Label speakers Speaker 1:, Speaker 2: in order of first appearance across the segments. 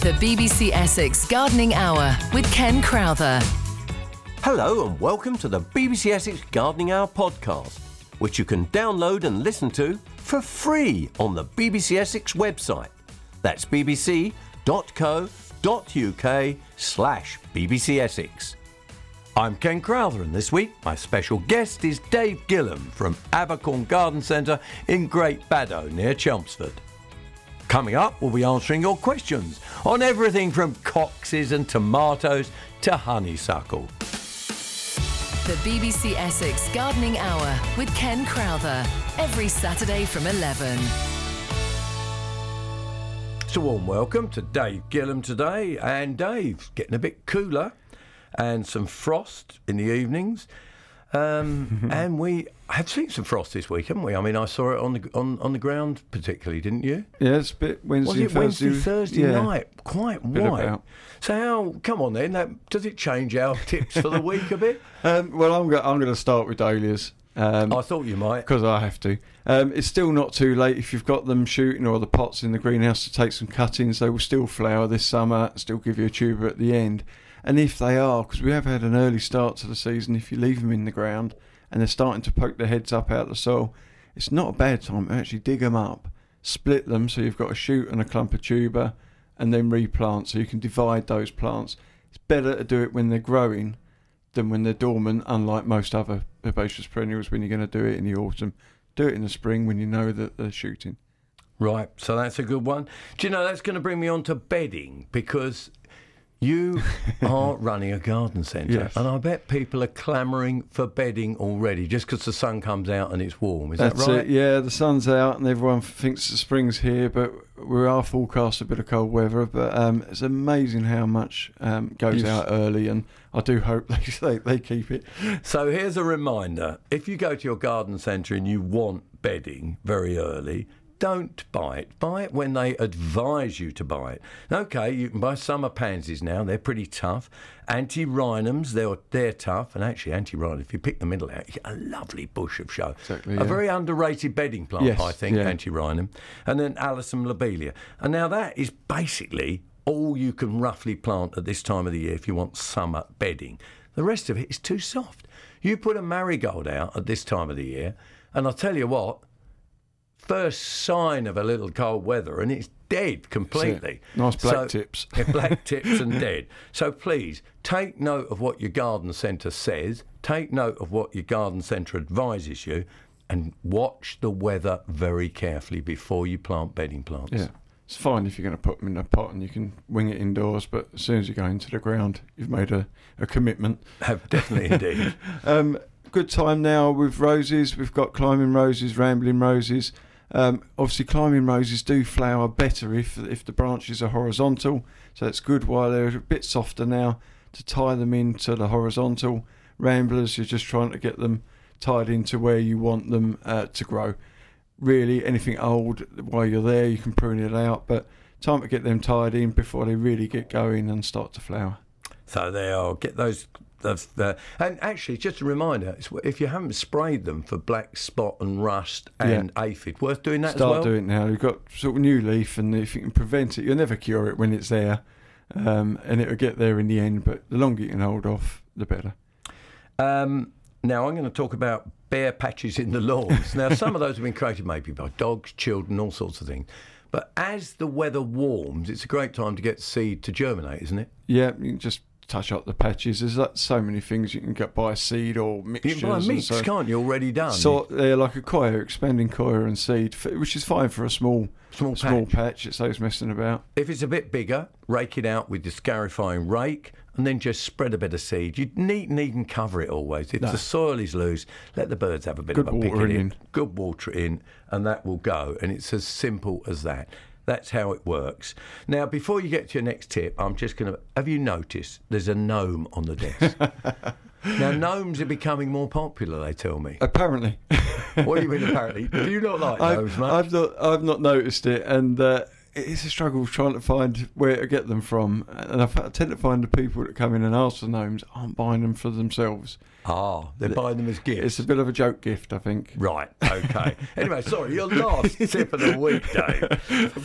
Speaker 1: The BBC Essex Gardening Hour with Ken Crowther.
Speaker 2: Hello and welcome to the BBC Essex Gardening Hour podcast, which you can download and listen to for free on the BBC Essex website. That's bbc.co.uk slash BBC Essex. I'm Ken Crowther and this week my special guest is Dave Gillam from Abercorn Garden Centre in Great Baddow near Chelmsford. Coming up, we'll be answering your questions on everything from coxes and tomatoes to honeysuckle.
Speaker 1: The BBC Essex Gardening Hour with Ken Crowther. Every Saturday from 11.
Speaker 2: It's a warm welcome to Dave Gillam today, and Dave's getting a bit cooler and some frost in the evenings. Um, and we have seen some frost this week, haven't we? I mean, I saw it on the on, on the ground particularly, didn't you?
Speaker 3: Yes, but Wednesday,
Speaker 2: Was it
Speaker 3: Thursday,
Speaker 2: Wednesday, Thursday
Speaker 3: yeah.
Speaker 2: night? Quite
Speaker 3: Bit
Speaker 2: white.
Speaker 3: about.
Speaker 2: So how? Come on then. That, does it change our tips for the week a bit?
Speaker 3: Um, well, I'm go- I'm going to start with dahlias
Speaker 2: I
Speaker 3: because
Speaker 2: thought you might.
Speaker 3: I have to. Um, it's still not too late if you've got them shooting or the pots in the greenhouse to take some cuttings. They will still flower this summer, still give you a tuber at the end. And if they are, because we have had an early start to the season, if you leave them in the ground and they're starting to poke their heads up out the soil, it's not a bad time to actually dig them up, split them so you've got a shoot and a clump of tuber, and then replant so you can divide those plants. It's better to do it when they're growing than when they're dormant, unlike most other herbaceous perennials when you're going to do it in the autumn. Do it in the spring when you know that they're shooting.
Speaker 2: Right, so that's a good one. Do you know that's going to bring me on to bedding because you are running a garden centre,
Speaker 3: Yes.
Speaker 2: and I bet people are clamouring for bedding already just because the sun comes out and it's warm. Is
Speaker 3: That's
Speaker 2: that right?
Speaker 3: it. Yeah, the sun's out and everyone thinks the spring's here, but we are forecast a bit of cold weather. But um, it's amazing how much um, goes
Speaker 2: Yes.
Speaker 3: out early, and I do hope they, they they keep it.
Speaker 2: So here's a reminder: if you go to your garden centre and you want bedding very early. Don't buy it. Buy it when they advise you to buy it. Okay, you can buy summer pansies now. They're pretty tough. Anti-rhinums, they're, they're tough. And actually, anti-rhinum, if you pick the middle out, you get a lovely bush of show.
Speaker 3: Exactly,
Speaker 2: a
Speaker 3: yeah.
Speaker 2: very underrated bedding plant,
Speaker 3: Yes,
Speaker 2: I think,
Speaker 3: yeah.
Speaker 2: antirrhinum. And then Alicum lobelia. And now that is basically all you can roughly plant at this time of the year if you want summer bedding. The rest of it is too soft. You put a marigold out at this time of the year, and I'll tell you what, first sign of a little cold weather and it's dead completely.
Speaker 3: Nice black tips.
Speaker 2: Yeah, black tips and dead. So please take note of what your garden centre says, take note of what your garden centre advises you, and watch the weather very carefully before you plant bedding plants.
Speaker 3: Yeah, it's fine if you're going to put them in a pot and you can wing it indoors, but as soon as you go into the ground, you've made a, a commitment.
Speaker 2: Have definitely indeed.
Speaker 3: Um, good time now with roses. We've got climbing roses, rambling roses. Um, obviously, climbing roses do flower better if if the branches are horizontal, so it's good while they're a bit softer now to tie them into the horizontal. Ramblers, you're just trying to get them tied into where you want them uh, to grow. Really, anything old while you're there, you can prune it out, but time to get them tied in before they really get going and start to flower.
Speaker 2: So they are. Get those. those uh, and actually, just a reminder: it's- if you haven't sprayed them for black spot and rust and aphid, worth doing that
Speaker 3: Start
Speaker 2: as well.
Speaker 3: doing it now. You've got sort of new leaf, and if you can prevent it, you'll never cure it when it's there, um, and it'll get there in the end. But the longer you can hold off, the better.
Speaker 2: Um, now I'm going to talk about bare patches in the lawns. Now some of those have been created maybe by dogs, children, all sorts of things. But as the weather warms, it's a great time to get seed to germinate, isn't it?
Speaker 3: Yeah, you can just touch up the patches. There's like, so many things you can get by seed or
Speaker 2: You
Speaker 3: mixtures.
Speaker 2: can buy
Speaker 3: and
Speaker 2: mix,
Speaker 3: so-
Speaker 2: can't you? Already done.
Speaker 3: So they're like a coir, expanding coir and seed, f- which is fine for a small,
Speaker 2: Small
Speaker 3: small
Speaker 2: patch.
Speaker 3: patch. It's those messing about.
Speaker 2: If it's a bit bigger, rake it out with the scarifying rake and then just spread a bit of seed. You need, needn't cover it always. If the soil is loose, let the birds have a bit
Speaker 3: Good
Speaker 2: of a pick at
Speaker 3: watering
Speaker 2: it.
Speaker 3: in.
Speaker 2: Good water in, and that will go. And it's as simple as that. That's how it works. Now, before you get to your next tip, I'm just going to. Have you noticed there's a gnome on the desk? now, gnomes are becoming more popular, they tell me.
Speaker 3: Apparently.
Speaker 2: What do you mean, apparently? Do you not like
Speaker 3: I've,
Speaker 2: gnomes, mate?
Speaker 3: I've not I've not noticed it, and uh, it's a struggle trying to find where to get them from, and I f- I tend to find the people that come in and ask for gnomes aren't buying them for themselves.
Speaker 2: Ah, they're buying them as
Speaker 3: It's
Speaker 2: gifts.
Speaker 3: a bit of a joke gift, I think.
Speaker 2: Right, okay. anyway, sorry, your last tip of the week, Dave.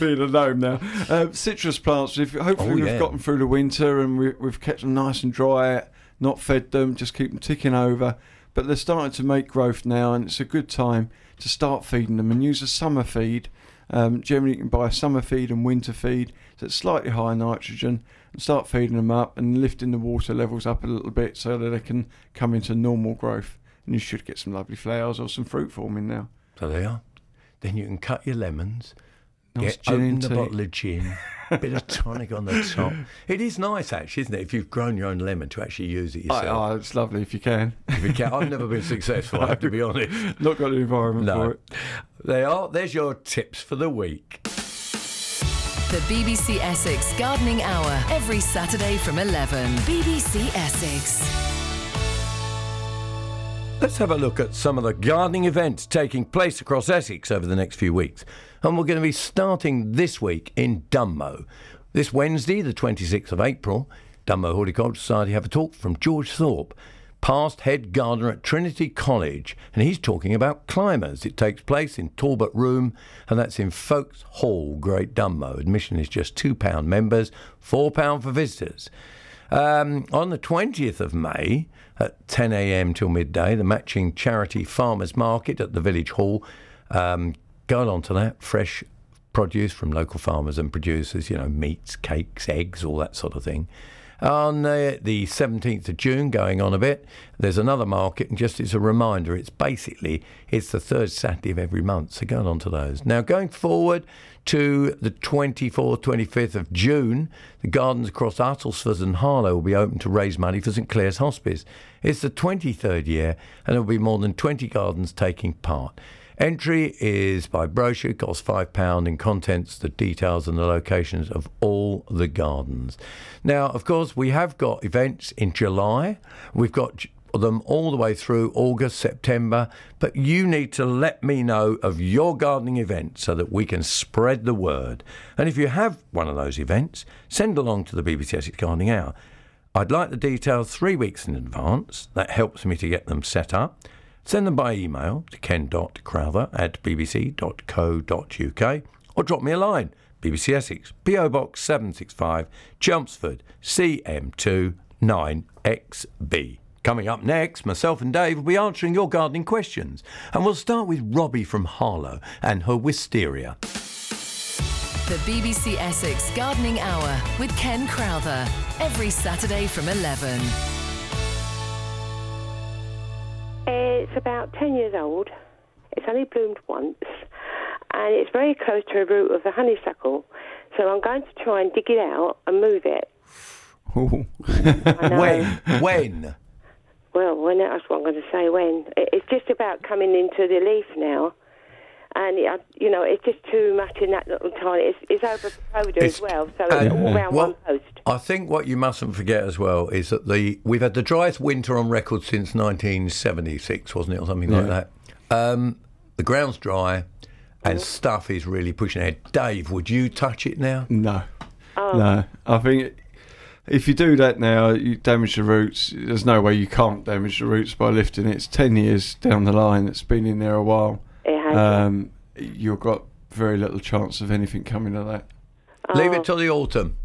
Speaker 3: Being a gnome now, um, citrus plants. If hopefully
Speaker 2: Oh,
Speaker 3: we've
Speaker 2: yeah.
Speaker 3: got them through the winter and we, we've kept them nice and dry, not fed them, just keep them ticking over. But they're starting to make growth now, and it's a good time to start feeding them and use a summer feed. Um, generally, you can buy a summer feed and winter feed that's slightly higher nitrogen, and start feeding them up and lifting the water levels up a little bit so that they can come into normal growth. And you should get some lovely flowers or some fruit forming now.
Speaker 2: So they are. Then you can cut your lemons.
Speaker 3: Nice
Speaker 2: yeah,
Speaker 3: gin
Speaker 2: open
Speaker 3: and
Speaker 2: the
Speaker 3: tea.
Speaker 2: bottle of gin, bit of tonic on the top. It is nice, actually, isn't it? If you've grown your own lemon to actually use it
Speaker 3: I,
Speaker 2: yourself.
Speaker 3: oh, it's lovely if you can.
Speaker 2: If you can. I've never been successful, I have to be honest.
Speaker 3: Not got an environment for
Speaker 2: No,
Speaker 3: it.
Speaker 2: they are. There's your tips for the week.
Speaker 1: The BBC Essex Gardening Hour every Saturday from 11. BBC Essex.
Speaker 2: Let's have a look at some of the gardening events taking place across Essex over the next few weeks. And we're going to be starting this week in Dunmow. This Wednesday, the 26th of April, Dunmow Horticultural Society have a talk from George Thorpe, past head gardener at Trinity College, and he's talking about climbers. It takes place in Talbot Room, and that's in Folks Hall, Great Dunmow. Admission is just £2 members, £4 for visitors. Um, on the 20th of May at 10 a.m. till midday, the matching charity farmers market at the village hall. Um, go along to that. Fresh produce from local farmers and producers, you know, meats, cakes, eggs, all that sort of thing. On the, the 17th of June, going on a bit, there's another market, and just as a reminder, it's basically it's the third Saturday of every month. So going on to those. Now going forward to the 24th, 25th of June, the gardens across Uttlesford and Harlow will be open to raise money for St Clair's Hospice. It's the 23rd year, and there will be more than 20 gardens taking part. Entry is by brochure, costs £5, and contents the details and the locations of all the gardens. Now, of course, we have got events in July. We've got j- them all the way through August, September, but you need to let me know of your gardening event so that we can spread the word. And if you have one of those events, send along to the BBC Essex Gardening Hour. I'd like the details three weeks in advance. That helps me to get them set up. Send them by email to ken.crowther at bbc.co.uk or drop me a line. BBC Essex, PO Box 765, Chelmsford, CM2 9XB. Coming up next, myself and Dave will be answering your gardening questions. And we'll start with Robbie from Harlow and her wisteria.
Speaker 1: The BBC Essex Gardening Hour with Ken Crowther every Saturday from 11.
Speaker 4: It's about 10 years old. It's only bloomed once, and it's very close to a root of the honeysuckle. So I'm going to try and dig it out and move it.
Speaker 3: Ooh.
Speaker 4: I know.
Speaker 2: When? when?
Speaker 4: Well, when that's what I'm going to say. When It- it's just about coming into the leaf now, and it- you know it's just too much in that little tiny. It's, it's over powder
Speaker 2: It's-
Speaker 4: as well, so it's
Speaker 2: and-
Speaker 4: all round
Speaker 2: well,
Speaker 4: one post.
Speaker 2: I think what you mustn't forget as well is that the we've had the driest winter on record since 1976, wasn't it, or something like
Speaker 3: Yeah.
Speaker 2: that. Um, the ground's dry,
Speaker 4: Mm-hmm.
Speaker 2: and stuff is really pushing ahead. Dave, would you touch it now?
Speaker 3: No.
Speaker 4: Uh,
Speaker 3: No.
Speaker 4: Oh.
Speaker 3: I think it- if you do that now, you damage the roots. There's no way you can't damage the roots by lifting it. It's 10 years down the line. It's been in there a while.
Speaker 4: It has.
Speaker 3: Um, you've got very little chance of anything coming of that.
Speaker 2: Leave
Speaker 4: uh,
Speaker 2: it till the autumn.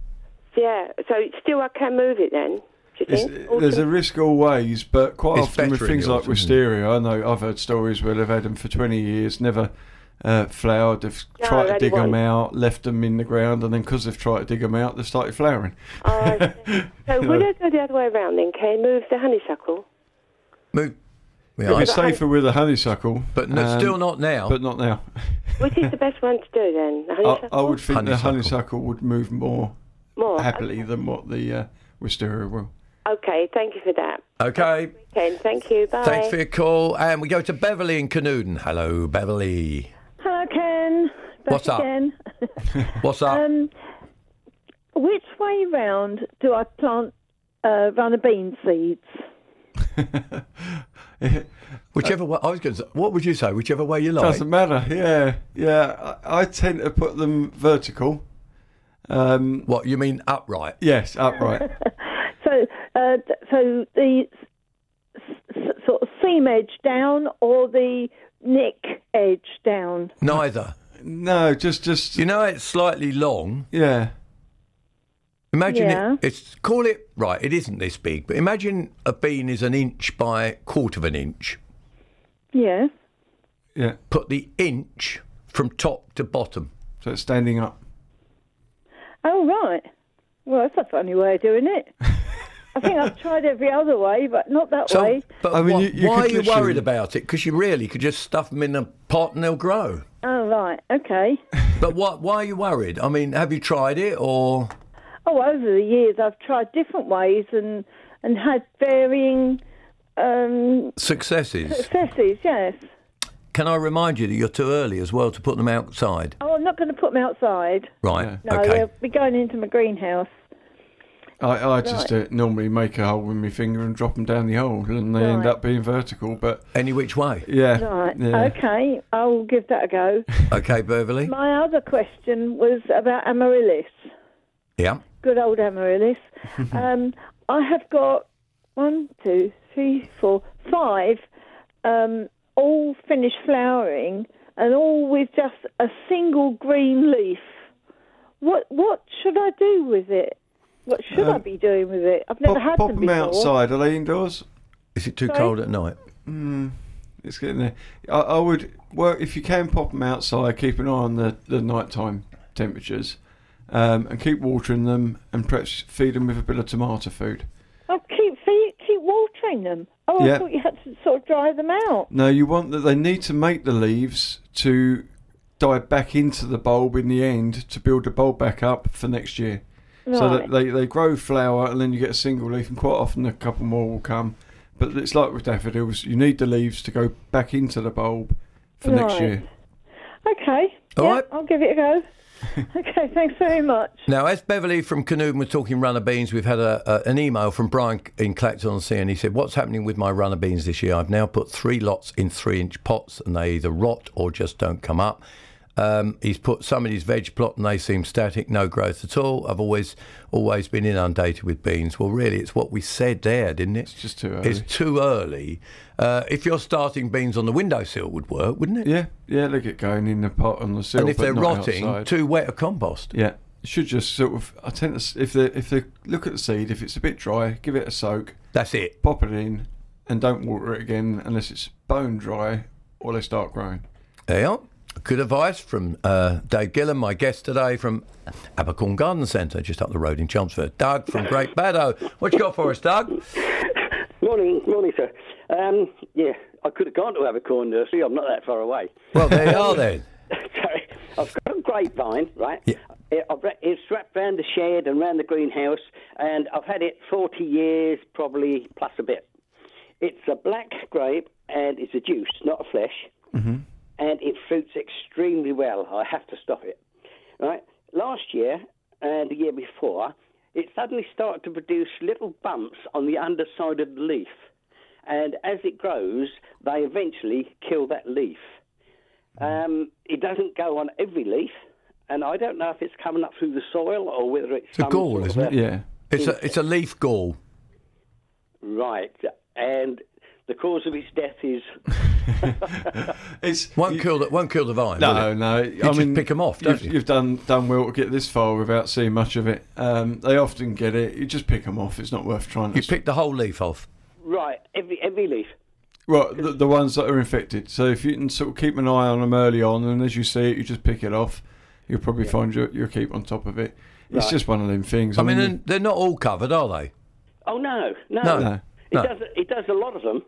Speaker 4: yeah. So still, I can move it then. Do you
Speaker 3: It's, uh,
Speaker 4: think? Or
Speaker 3: there's
Speaker 4: can-
Speaker 3: a risk always, but quite
Speaker 2: It's
Speaker 3: often with
Speaker 2: better in
Speaker 3: things
Speaker 2: the
Speaker 3: like
Speaker 2: autumn, isn't it?
Speaker 3: wisteria, I know I've heard stories where they've had them for 20 years, never uh, flowered. They've
Speaker 4: No,
Speaker 3: tried to
Speaker 4: they
Speaker 3: dig them
Speaker 4: won't.
Speaker 3: out, left them in the ground, and then because they've tried to dig them out, they've started flowering.
Speaker 4: Oh, I see. so
Speaker 3: You
Speaker 4: would
Speaker 3: know.
Speaker 4: I go the other way around then, Ken? Move the honeysuckle?
Speaker 2: Move. Yeah,
Speaker 3: It'd
Speaker 2: I-
Speaker 3: be safer with a honeysuckle,
Speaker 2: but no,
Speaker 3: um,
Speaker 2: still not now.
Speaker 3: But not now.
Speaker 4: Which is the best one to do then? The
Speaker 3: I,
Speaker 4: honeysuckle?
Speaker 3: I would think the
Speaker 2: Honeysuckle.
Speaker 3: honeysuckle would move more
Speaker 5: Oh,
Speaker 4: More.
Speaker 3: happily than what the uh, wisteria will.
Speaker 4: Okay, thank you for that.
Speaker 2: okay.
Speaker 4: Ken, thank you. Bye.
Speaker 2: Thanks for your call. And we go to Beverly in Canooden. Hello, Beverly.
Speaker 6: Hello, Ken. Back
Speaker 2: What's up?
Speaker 6: again.
Speaker 2: What's up?
Speaker 6: Um, which way round do I plant uh, runner bean seeds?
Speaker 2: whichever way. I was going to. say- What would you say? Whichever way you like.
Speaker 3: Doesn't matter. Yeah, yeah. I, I tend to put them vertical Um,
Speaker 2: What, you mean upright?
Speaker 3: yes, upright.
Speaker 5: So, uh, th- so the s- s- sort of seam edge down or the nick edge down.
Speaker 2: Neither.
Speaker 3: no, just just
Speaker 2: You know, it's slightly long.
Speaker 3: yeah.
Speaker 2: Imagine
Speaker 5: Yeah.
Speaker 2: it, it's call it right. It isn't this big, but imagine a bean is an inch by quarter of an inch.
Speaker 5: Yes.
Speaker 3: Yeah,
Speaker 2: Put the inch from top to bottom.
Speaker 3: so it's standing up.
Speaker 5: Oh right. Well, that's a funny way of doing it. I think I've tried every other way, but not that
Speaker 2: So,
Speaker 5: way.
Speaker 2: but
Speaker 3: I mean,
Speaker 2: why-
Speaker 3: you- you
Speaker 2: why
Speaker 3: could
Speaker 2: are you
Speaker 3: literally-
Speaker 2: worried about it? Because you really could just stuff them in a pot and they'll grow.
Speaker 5: Oh right. Okay.
Speaker 2: But why, why are you worried? I mean, have you tried it or?
Speaker 5: Oh, over the years, I've tried different ways and and had varying um,
Speaker 2: Successes.
Speaker 5: successes. Yes.
Speaker 2: Can I remind you that you're too early as well to put them outside?
Speaker 5: Oh, I'm not going to put them outside.
Speaker 2: Right.
Speaker 5: No,
Speaker 2: okay.
Speaker 5: they'll be going into my greenhouse.
Speaker 3: I, I just uh, normally make a hole with my finger and drop them down the hole, and they end
Speaker 5: Right.
Speaker 3: up being vertical. But
Speaker 2: Any which way.
Speaker 3: yeah,
Speaker 5: Right.
Speaker 3: Uh, yeah.
Speaker 5: Okay. I will give that a go.
Speaker 2: Okay, Beverly.
Speaker 5: My other question was about amaryllis.
Speaker 2: Yeah.
Speaker 5: Good old amaryllis. um, I have got one, two, three, four, five, um, all finished flowering, and all with just a single green leaf. What what should I do with it? What should I be doing with it? I've never
Speaker 3: Uh, Pop,
Speaker 5: had
Speaker 3: pop
Speaker 5: them
Speaker 3: them
Speaker 5: before.
Speaker 3: outside. Are they indoors?
Speaker 2: Is it too
Speaker 5: Sorry?
Speaker 2: cold at night?
Speaker 3: Mm. It's getting there. I, I would well if you can pop them outside. Keep an eye on the the nighttime temperatures, um, and keep watering them, and perhaps feed them with a bit of tomato food.
Speaker 5: Oh, keep feed, keep watering them. Oh,
Speaker 3: Yeah.
Speaker 5: I thought you had to sort of dry them out.
Speaker 3: No, you want that. They need to make the leaves to die back into the bulb in the end to build the bulb back up for next year. So that
Speaker 5: Right.
Speaker 3: they, they grow flower and then you get a single leaf, and quite often a couple more will come. But it's like with daffodils, you need the leaves to go back into the bulb for next
Speaker 5: Right.
Speaker 3: year.
Speaker 5: Okay.
Speaker 2: All
Speaker 5: yeah,
Speaker 2: right.
Speaker 5: I'll give it a go. okay, thanks very much.
Speaker 2: Now, as Beverly from Canoodon was talking runner beans, we've had a, a, an email from Brian in Clacton on Sea, and he said, "What's happening with my runner beans this year? I've now put three lots in three-inch pots, and they either rot or just don't come up." Um, he's put some in his veg plot, and they seem static, no growth at all. I've always always been inundated with beans. Well, really, it's what we said there, didn't it? It's
Speaker 3: just too
Speaker 2: It's
Speaker 3: early.
Speaker 2: too early. Uh, if you're starting beans on the windowsill, would work, wouldn't it?
Speaker 3: Yeah, yeah, they get going in the pot on the sill.
Speaker 2: and if
Speaker 3: but
Speaker 2: they're
Speaker 3: not
Speaker 2: rotting,
Speaker 3: outside.
Speaker 2: too wet a compost.
Speaker 3: yeah, you should just sort of. I tend to s- if they if they look at the seed, if it's a bit dry, give it a soak,
Speaker 2: That's it.
Speaker 3: pop it in, and don't water it again unless it's bone dry or they start growing.
Speaker 2: There you are. Good advice from uh, Dave Gillam, my guest today from Abercorn Garden Centre, just up the road in Chelmsford. Doug from Great Baddow. What you got for us, Doug?
Speaker 7: Morning, morning, sir. Um, yeah, I could have gone to Abercorn Nursery. I'm not that far away.
Speaker 2: Well, there you are then.
Speaker 7: Sorry, I've got a grapevine, right?
Speaker 2: Yeah.
Speaker 7: It, I've, re- it's wrapped round the shed and round the greenhouse, and I've had it 40 years, probably plus a bit. It's a black grape, and it's a juice, not a flesh,
Speaker 2: Mm-hmm.
Speaker 7: and it fruits extremely well. I have to stop it. Right? Last year and the year before, it suddenly started to produce little bumps on the underside of the leaf, and as it grows, they eventually kill that leaf. Um, it doesn't go on every leaf, and I don't know if it's coming up through the soil or whether it's
Speaker 2: a
Speaker 7: some
Speaker 2: gall,
Speaker 7: sort of
Speaker 2: isn't it?
Speaker 7: a-
Speaker 3: Yeah,
Speaker 2: It's a, it's a leaf gall.
Speaker 7: Right, and the cause of its death is
Speaker 3: it's
Speaker 2: Won't
Speaker 3: you-
Speaker 2: kill the, won't kill the vine. will
Speaker 3: No,
Speaker 2: it?
Speaker 3: no. I
Speaker 2: just
Speaker 3: mean,
Speaker 2: pick 'em off, don't
Speaker 3: you've,
Speaker 2: you?
Speaker 3: have done done well to get this far without seeing much of it. Um, they often get it. You just pick them off. It's not worth trying.
Speaker 2: You
Speaker 3: to
Speaker 2: pick the whole leaf off.
Speaker 7: right every every leaf.
Speaker 3: well, the, the ones that are infected. So if you can sort of keep an eye on them early on, and as you see it, you just pick it off. You'll probably find you, you'll keep on top of it. It's just one of them things.
Speaker 2: I mean, they're- they're not all covered, are they?
Speaker 7: Oh no, no,
Speaker 2: No,
Speaker 3: No.
Speaker 7: It
Speaker 2: no.
Speaker 7: does it does a lot of them.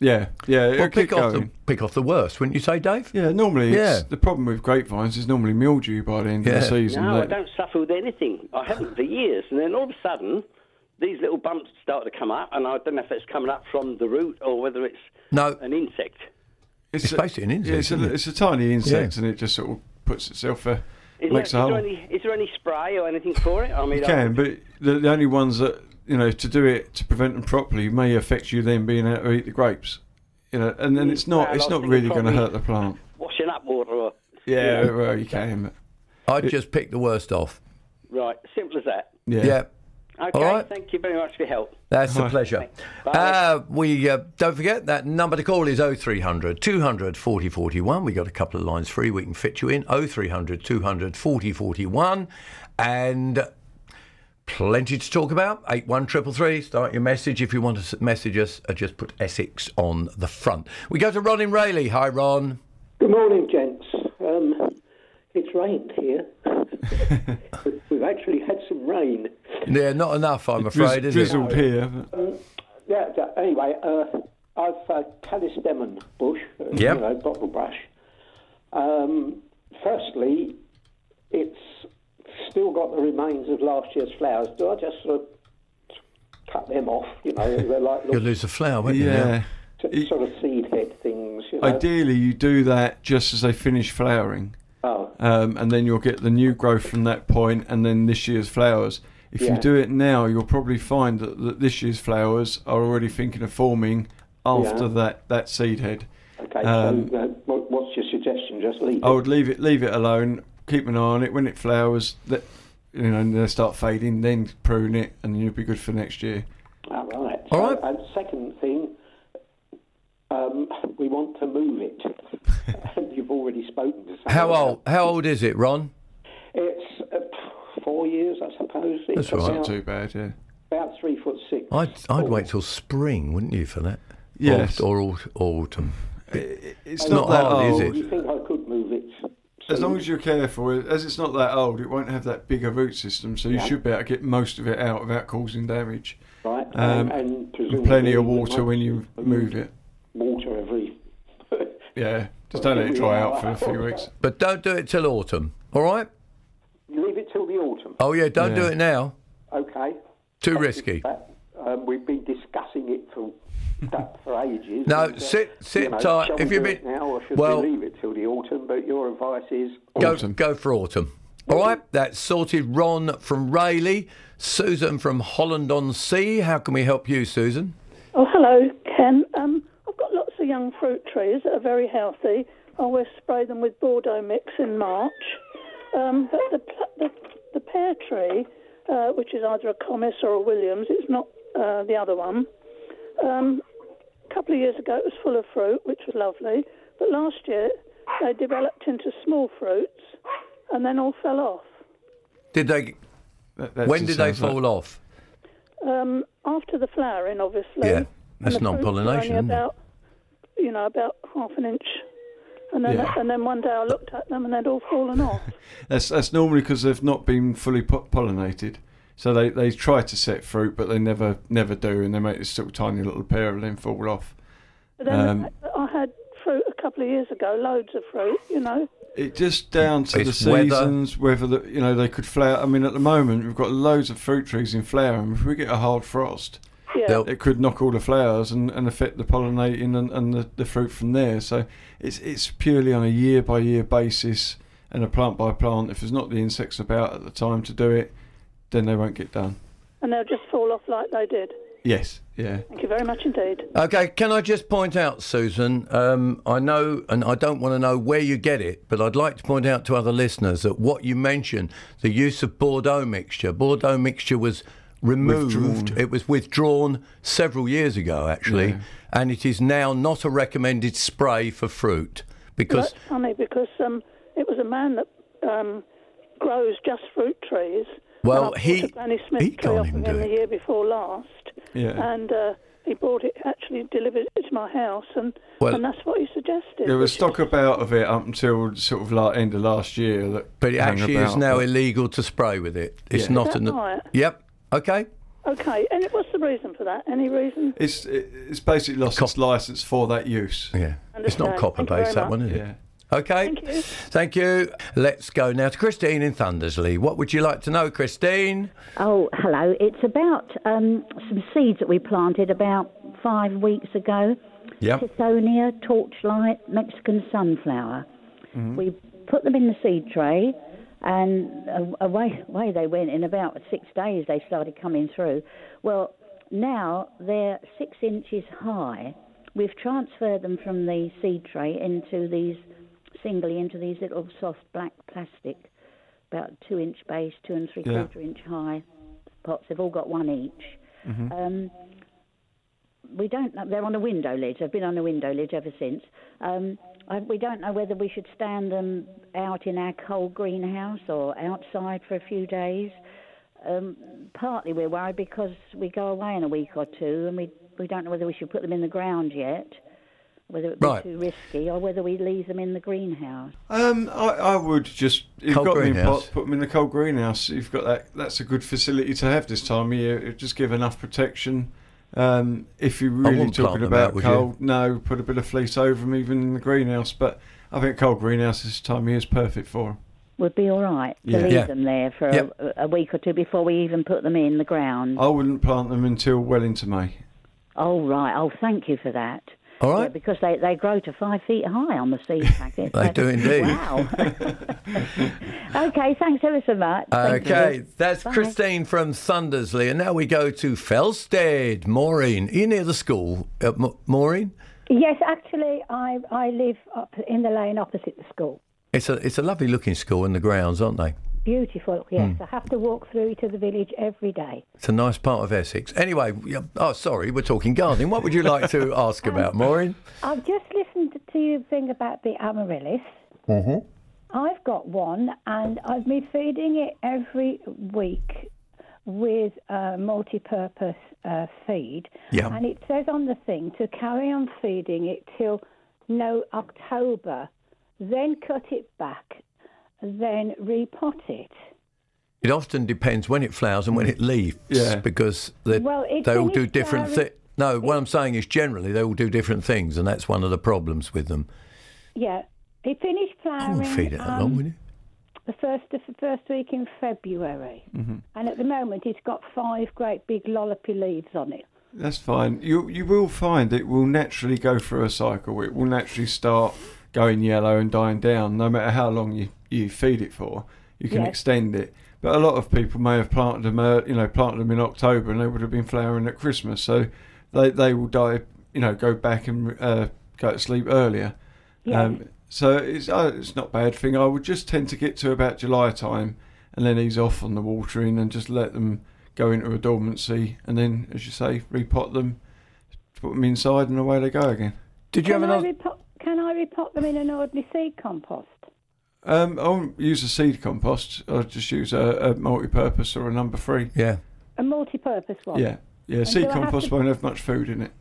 Speaker 3: yeah, yeah. it'll
Speaker 2: Well,
Speaker 3: keep
Speaker 2: pick off, the,
Speaker 3: going.
Speaker 2: pick off the worst, wouldn't you say, Dave?
Speaker 3: Yeah, normally it's
Speaker 2: Yeah.
Speaker 3: the problem with grapevines is normally mildew by the end of
Speaker 2: Yeah.
Speaker 3: the season.
Speaker 7: No, I
Speaker 3: That-
Speaker 7: don't suffer with anything. I haven't for years, and then all of a sudden, these little bumps start to come up, and I don't know if it's coming up from the root or whether it's
Speaker 2: No.
Speaker 7: an insect.
Speaker 2: It's basically an insect,
Speaker 3: yeah, it's,
Speaker 2: isn't
Speaker 3: a,
Speaker 2: it?
Speaker 3: it's a tiny insect,
Speaker 2: Yeah.
Speaker 3: and it just sort of puts itself uh,
Speaker 7: Is,
Speaker 3: makes
Speaker 7: there,
Speaker 3: a
Speaker 7: is,
Speaker 3: hole.
Speaker 7: there any, is there any spray or anything for it? I mean,
Speaker 3: You
Speaker 7: I-
Speaker 3: can, but the, the only ones that you know to do it to prevent them properly may affect you then being able to eat the grapes. You know, and
Speaker 8: Mm,
Speaker 3: then it's not
Speaker 7: Well,
Speaker 3: it's
Speaker 7: I
Speaker 3: not
Speaker 7: think
Speaker 3: really going to
Speaker 7: probably-
Speaker 3: hurt the plant.
Speaker 7: washing up water or
Speaker 3: Yeah, well, you can. But
Speaker 2: I'd just pick the worst off.
Speaker 7: Right, simple as that.
Speaker 2: Yeah.
Speaker 7: Okay,
Speaker 2: right.
Speaker 7: thank you very much for your help.
Speaker 2: That's a pleasure.
Speaker 7: Bye.
Speaker 2: Uh, we uh, don't forget that number to call is 0300 200 40 41. We got a couple of lines free. We can fit you in 0300 200 40 41, and plenty to talk about. Eight one triple three. Start your message if you want to s- message us. Uh, just put Essex on the front. We go to Ron in Rayleigh. Hi, Ron.
Speaker 8: Good morning, gents. Um, it's rained here. We've actually had some rain.
Speaker 2: Yeah, not enough, I'm
Speaker 3: Drizz-
Speaker 2: afraid, is it?
Speaker 3: drizzled here. but-
Speaker 8: Um, Yeah, yeah, anyway, uh, I've uh, Calistemon bush, uh,
Speaker 2: Yep.
Speaker 8: you know, bottle brush. Um, firstly, it's still got the remains of last year's flowers. Do I just sort of cut them off? You know, they're like
Speaker 2: You'll
Speaker 8: little
Speaker 2: lose a flower, won't you? now?
Speaker 3: Yeah.
Speaker 8: t- sort of seed head things. You know?
Speaker 3: Ideally, you do that just as they finish flowering.
Speaker 8: Oh,
Speaker 3: um, and then you'll get the new growth from that point, and then this year's flowers. If you
Speaker 8: Yeah.
Speaker 3: do it now, you'll probably find that, that this year's flowers are already thinking of forming after
Speaker 8: Yeah.
Speaker 3: that, that seed head.
Speaker 8: okay.
Speaker 3: Um, Oh,
Speaker 8: so, uh, what, what's your suggestion? Just leave
Speaker 3: I
Speaker 8: it.
Speaker 3: would leave it leave it alone, keep an eye on it. When it flowers, that you know, and they start fading, then prune it, and you'll be good for next year.
Speaker 8: All right.
Speaker 2: All right.
Speaker 8: And second thing, um, we want to move it. You've already spoken to someone.
Speaker 2: How old? How old is it, Ron?
Speaker 8: It's uh, four years, I suppose. It's
Speaker 2: That's all right.
Speaker 8: about,
Speaker 3: Not too bad, yeah.
Speaker 8: about three foot six.
Speaker 2: I'd,
Speaker 8: Oh,
Speaker 2: I'd wait till spring, wouldn't you, for that?
Speaker 3: Yes.
Speaker 2: Or, or, aut- autumn.
Speaker 3: It's not,
Speaker 2: not
Speaker 3: that
Speaker 2: hard, is
Speaker 3: old.
Speaker 2: it?
Speaker 8: You think I could move it?
Speaker 3: As long as you're careful, as it's not that old, it won't have that big a root system, so you should be able to get most of it out without causing damage.
Speaker 8: Right.
Speaker 3: Um,
Speaker 8: and, and
Speaker 3: And
Speaker 8: presumably
Speaker 3: plenty of
Speaker 8: it
Speaker 3: water
Speaker 8: might
Speaker 3: when you move it.
Speaker 8: Water every.
Speaker 3: Yeah, just don't let it dry out for a few weeks.
Speaker 2: But don't do it till autumn, all right?
Speaker 8: Leave it till the autumn.
Speaker 2: Oh, yeah, don't do
Speaker 3: Yeah.
Speaker 2: it now.
Speaker 8: Okay.
Speaker 2: Too risky.
Speaker 8: That, um, we've been discussing it for that for ages.
Speaker 2: No,
Speaker 8: And, uh,
Speaker 2: sit- sit
Speaker 8: you know,
Speaker 2: tight.
Speaker 8: Shall
Speaker 2: If
Speaker 8: we
Speaker 2: you've
Speaker 8: do
Speaker 2: been-
Speaker 8: it now, or should
Speaker 2: well-
Speaker 8: we leave it till the autumn? But your advice is
Speaker 2: Go,
Speaker 3: Autumn.
Speaker 2: go for autumn. All right, that's sorted. Ron from Rayleigh, Susan from Holland on Sea. How can we help you, Susan?
Speaker 9: Oh, hello, Ken. Um, I've got lots of young fruit trees that are very healthy. I always spray them with Bordeaux mix in March. Um, but the, pl- the the pear tree, uh, which is either a Comis or a Williams, it's not uh, the other one. Um, a couple of years ago, it was full of fruit, which was lovely. But last year, they developed into small fruits, and then all fell off.
Speaker 2: Did they?
Speaker 3: That- that
Speaker 2: When
Speaker 3: just
Speaker 2: did they
Speaker 3: sounds like-
Speaker 2: fall off?
Speaker 9: Um, after the flowering, obviously.
Speaker 2: Yeah, that's
Speaker 9: And the fruits were
Speaker 2: non-pollination,
Speaker 9: only
Speaker 2: isn't it?
Speaker 9: About, you know, about half an inch, and then
Speaker 3: Yeah.
Speaker 9: and then one day I looked at them and they'd all fallen off.
Speaker 3: That's that's normally because they've not been fully po- pollinated, so they, they try to set fruit, but they never never do, and they make this little tiny little pair and then fall off.
Speaker 9: But then
Speaker 3: Um,
Speaker 9: I had fruit a couple of years ago, loads of fruit, you know.
Speaker 3: It just down to
Speaker 2: It's
Speaker 3: the
Speaker 2: weather.
Speaker 3: seasons, whether the, you know they could flower. I mean, at the moment we've got loads of fruit trees in flower, and if we get a hard frost,
Speaker 9: Yeah.
Speaker 2: They'll-
Speaker 3: it could knock all the flowers and, and affect the pollinating and, and the, the fruit from there. So it's it's purely on a year by year basis and a plant by plant. If there's not the insects about at the time to do it, then they won't get done.
Speaker 9: And they'll just fall off like they did.
Speaker 3: Yes. Yeah.
Speaker 9: Thank you very much indeed.
Speaker 2: Okay, can I just point out, Susan? Um, I know, and I don't want to know where you get it, but I'd like to point out to other listeners that what you mentioned, the use of Bordeaux mixture, Bordeaux mixture was removed,
Speaker 3: Withdrawn.
Speaker 2: it was withdrawn several years ago, actually,
Speaker 3: Yeah.
Speaker 2: and it is now not a recommended spray for fruit because.
Speaker 9: That's funny because um, it was a man that um, grows just fruit trees.
Speaker 2: Well,
Speaker 9: And I bought
Speaker 2: he-
Speaker 9: a Granny Smith
Speaker 2: he
Speaker 9: tree
Speaker 2: can't
Speaker 9: off
Speaker 2: even
Speaker 9: of
Speaker 2: do
Speaker 9: him
Speaker 2: it.
Speaker 9: the year before last.
Speaker 3: Yeah.
Speaker 9: And uh, he bought it, actually delivered it to my house, and
Speaker 2: Well-
Speaker 9: and that's what he suggested.
Speaker 3: There was
Speaker 9: which
Speaker 3: stock
Speaker 9: is-
Speaker 3: about of it up until sort of like end of last year. That
Speaker 2: But it
Speaker 3: hung
Speaker 2: actually is
Speaker 3: about,
Speaker 2: now
Speaker 3: but-
Speaker 2: illegal to spray with it. It's
Speaker 3: Yeah.
Speaker 2: not
Speaker 9: Is that
Speaker 2: an.
Speaker 9: right?
Speaker 2: Yep. Okay.
Speaker 9: Okay, and what's the reason for that? Any reason?
Speaker 3: It's it's basically lost its license for that use.
Speaker 2: Yeah. It's not
Speaker 9: Understand.
Speaker 2: copper
Speaker 9: Thank you very
Speaker 2: based, that
Speaker 9: much.
Speaker 2: one, is it?
Speaker 3: Yeah.
Speaker 2: Okay.
Speaker 9: Thank you.
Speaker 2: Thank you. Let's go now to Christine in Thundersley. What would you like to know, Christine?
Speaker 10: Oh, hello. It's about um, some seeds that we planted about five weeks ago.
Speaker 2: Yep.
Speaker 10: Tithonia, torchlight, Mexican sunflower.
Speaker 11: Mm-hmm.
Speaker 2: Mm-hmm.
Speaker 10: We put them in the seed tray, and a- away away they went. In about six days, they started coming through. Well, now they're six inches high. We've transferred them from the seed tray into these singly into these little soft black plastic about two inch base, two and three
Speaker 3: Yeah.
Speaker 10: quarter inch high pots. They've all got one each.
Speaker 2: Mm-hmm.
Speaker 9: Mm-hmm.
Speaker 10: Um, we don't. know- They're on a window ledge. They've been on a window ledge ever since. Um, I, we don't know whether we should stand them out in our cold greenhouse or outside for a few days. Um, partly we're worried because we go away in a week or two, and we we don't know whether we should put them in the ground yet, whether it would be
Speaker 2: Right.
Speaker 10: too risky, or whether we leave them in the greenhouse.
Speaker 3: Um, I, I would just you've
Speaker 2: Cold
Speaker 3: got them in
Speaker 2: greenhouse.
Speaker 3: pots, put them in the cold greenhouse. You've got that. That's a good facility to have this time of year. It just give enough protection. Um, if you're really
Speaker 2: wouldn't plant
Speaker 3: talking
Speaker 2: them
Speaker 3: about
Speaker 2: out, would you?
Speaker 3: cold, no, put a bit of fleece over them, even in the greenhouse. But I think cold greenhouse this time of year is perfect for 'em.
Speaker 10: Would be all right to
Speaker 3: Yeah.
Speaker 10: leave
Speaker 2: Yeah.
Speaker 10: them there for
Speaker 2: Yep.
Speaker 10: a, a week or two before we even put them in the ground.
Speaker 3: I wouldn't plant them until well into May.
Speaker 10: Oh, right. Oh, thank you for that.
Speaker 2: All
Speaker 10: Yeah,
Speaker 2: right.
Speaker 10: because they, they grow to five feet high on the seed packet.
Speaker 2: They
Speaker 10: So-
Speaker 2: do indeed.
Speaker 10: Wow. okay, thanks ever so much. Thank you.
Speaker 2: Okay, that's
Speaker 10: Bye.
Speaker 2: Christine from Thundersley, and now we go to Felsted. Maureen, are you near the school? Uh, M- Maureen,
Speaker 12: Yes, actually, I I live up in the lane opposite the school.
Speaker 2: it's a it's a lovely looking school, and the grounds aren't they?
Speaker 12: Beautiful, yes. I have to walk through to the village every day.
Speaker 2: It's a nice part of Essex. Anyway, yeah, oh sorry, we're talking gardening. What would you like to ask about, Maureen?
Speaker 12: I've just listened to you thing about the amaryllis. Mm-hmm. I've got one, and I've been feeding it every week with uh, multi-purpose uh, feed.
Speaker 2: Yeah.
Speaker 12: And it says on the thing to carry on feeding it till no October, then cut it back, then repot it.
Speaker 2: It often depends when it flowers and when it leaves,
Speaker 3: Yeah.
Speaker 2: because they
Speaker 12: Well, it-
Speaker 2: they all
Speaker 12: when
Speaker 2: do
Speaker 12: it's
Speaker 2: different
Speaker 12: flowering-
Speaker 2: things. No, what I'm saying is generally they all do different things, and that's one of the problems with them.
Speaker 12: Yeah, it finished
Speaker 2: I
Speaker 12: flowering.
Speaker 2: wouldn't feed it that
Speaker 12: um,
Speaker 2: long, would you?
Speaker 12: The first the first week in February,
Speaker 2: Mm-hmm.
Speaker 12: and at the moment it's got five great big lollopy leaves on it.
Speaker 3: That's fine. You you will find it will naturally go through a cycle. It will naturally start going yellow and dying down, no matter how long you, you feed it for. You can
Speaker 12: Yes.
Speaker 3: extend it. But a lot of people may have planted them, uh, you know, planted them in October, and they would have been flowering at Christmas. So they they will die, you know, go back and uh, go to sleep earlier. Um,
Speaker 12: Yeah.
Speaker 3: so it's uh, it's not a bad thing. I would just tend to get to about July time, and then ease off on the watering and just let them go into a dormancy, and then, as you say, repot them, put them inside, and away they go again.
Speaker 2: Did you
Speaker 12: can
Speaker 2: have another?
Speaker 12: I repot, can I repot them in an ordinary seed compost?
Speaker 3: Um, I won't use a seed compost. I'll just use a, a multi-purpose or a number three.
Speaker 2: yeah.
Speaker 12: A multi-purpose one.
Speaker 3: Yeah, yeah. Seed
Speaker 12: do I have
Speaker 3: compost
Speaker 12: to-
Speaker 3: won't have much food in it.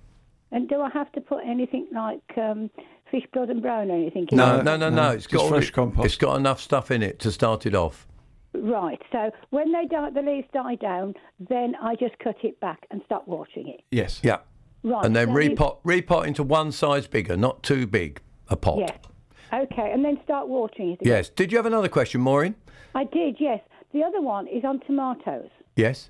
Speaker 12: And do I have to put anything like um, fish blood and brown or anything? in
Speaker 2: No,
Speaker 3: No,
Speaker 2: no, no,
Speaker 3: no,
Speaker 2: no. It's
Speaker 3: just
Speaker 2: got all
Speaker 3: fresh
Speaker 2: the-
Speaker 3: compost.
Speaker 2: It's got enough stuff in it to start it off.
Speaker 12: it? Right. So when they die, the leaves die down, then I just cut it back and stop watering it.
Speaker 3: Yes.
Speaker 2: Yeah,
Speaker 12: Right.
Speaker 2: and then
Speaker 12: so you-
Speaker 2: repot repot into one size bigger, not too big a pot.
Speaker 12: Yes. Okay, and then start watering it. again.
Speaker 2: Yes. Did you have another question, Maureen?
Speaker 12: I did, yes. The other one is on tomatoes.
Speaker 2: Yes.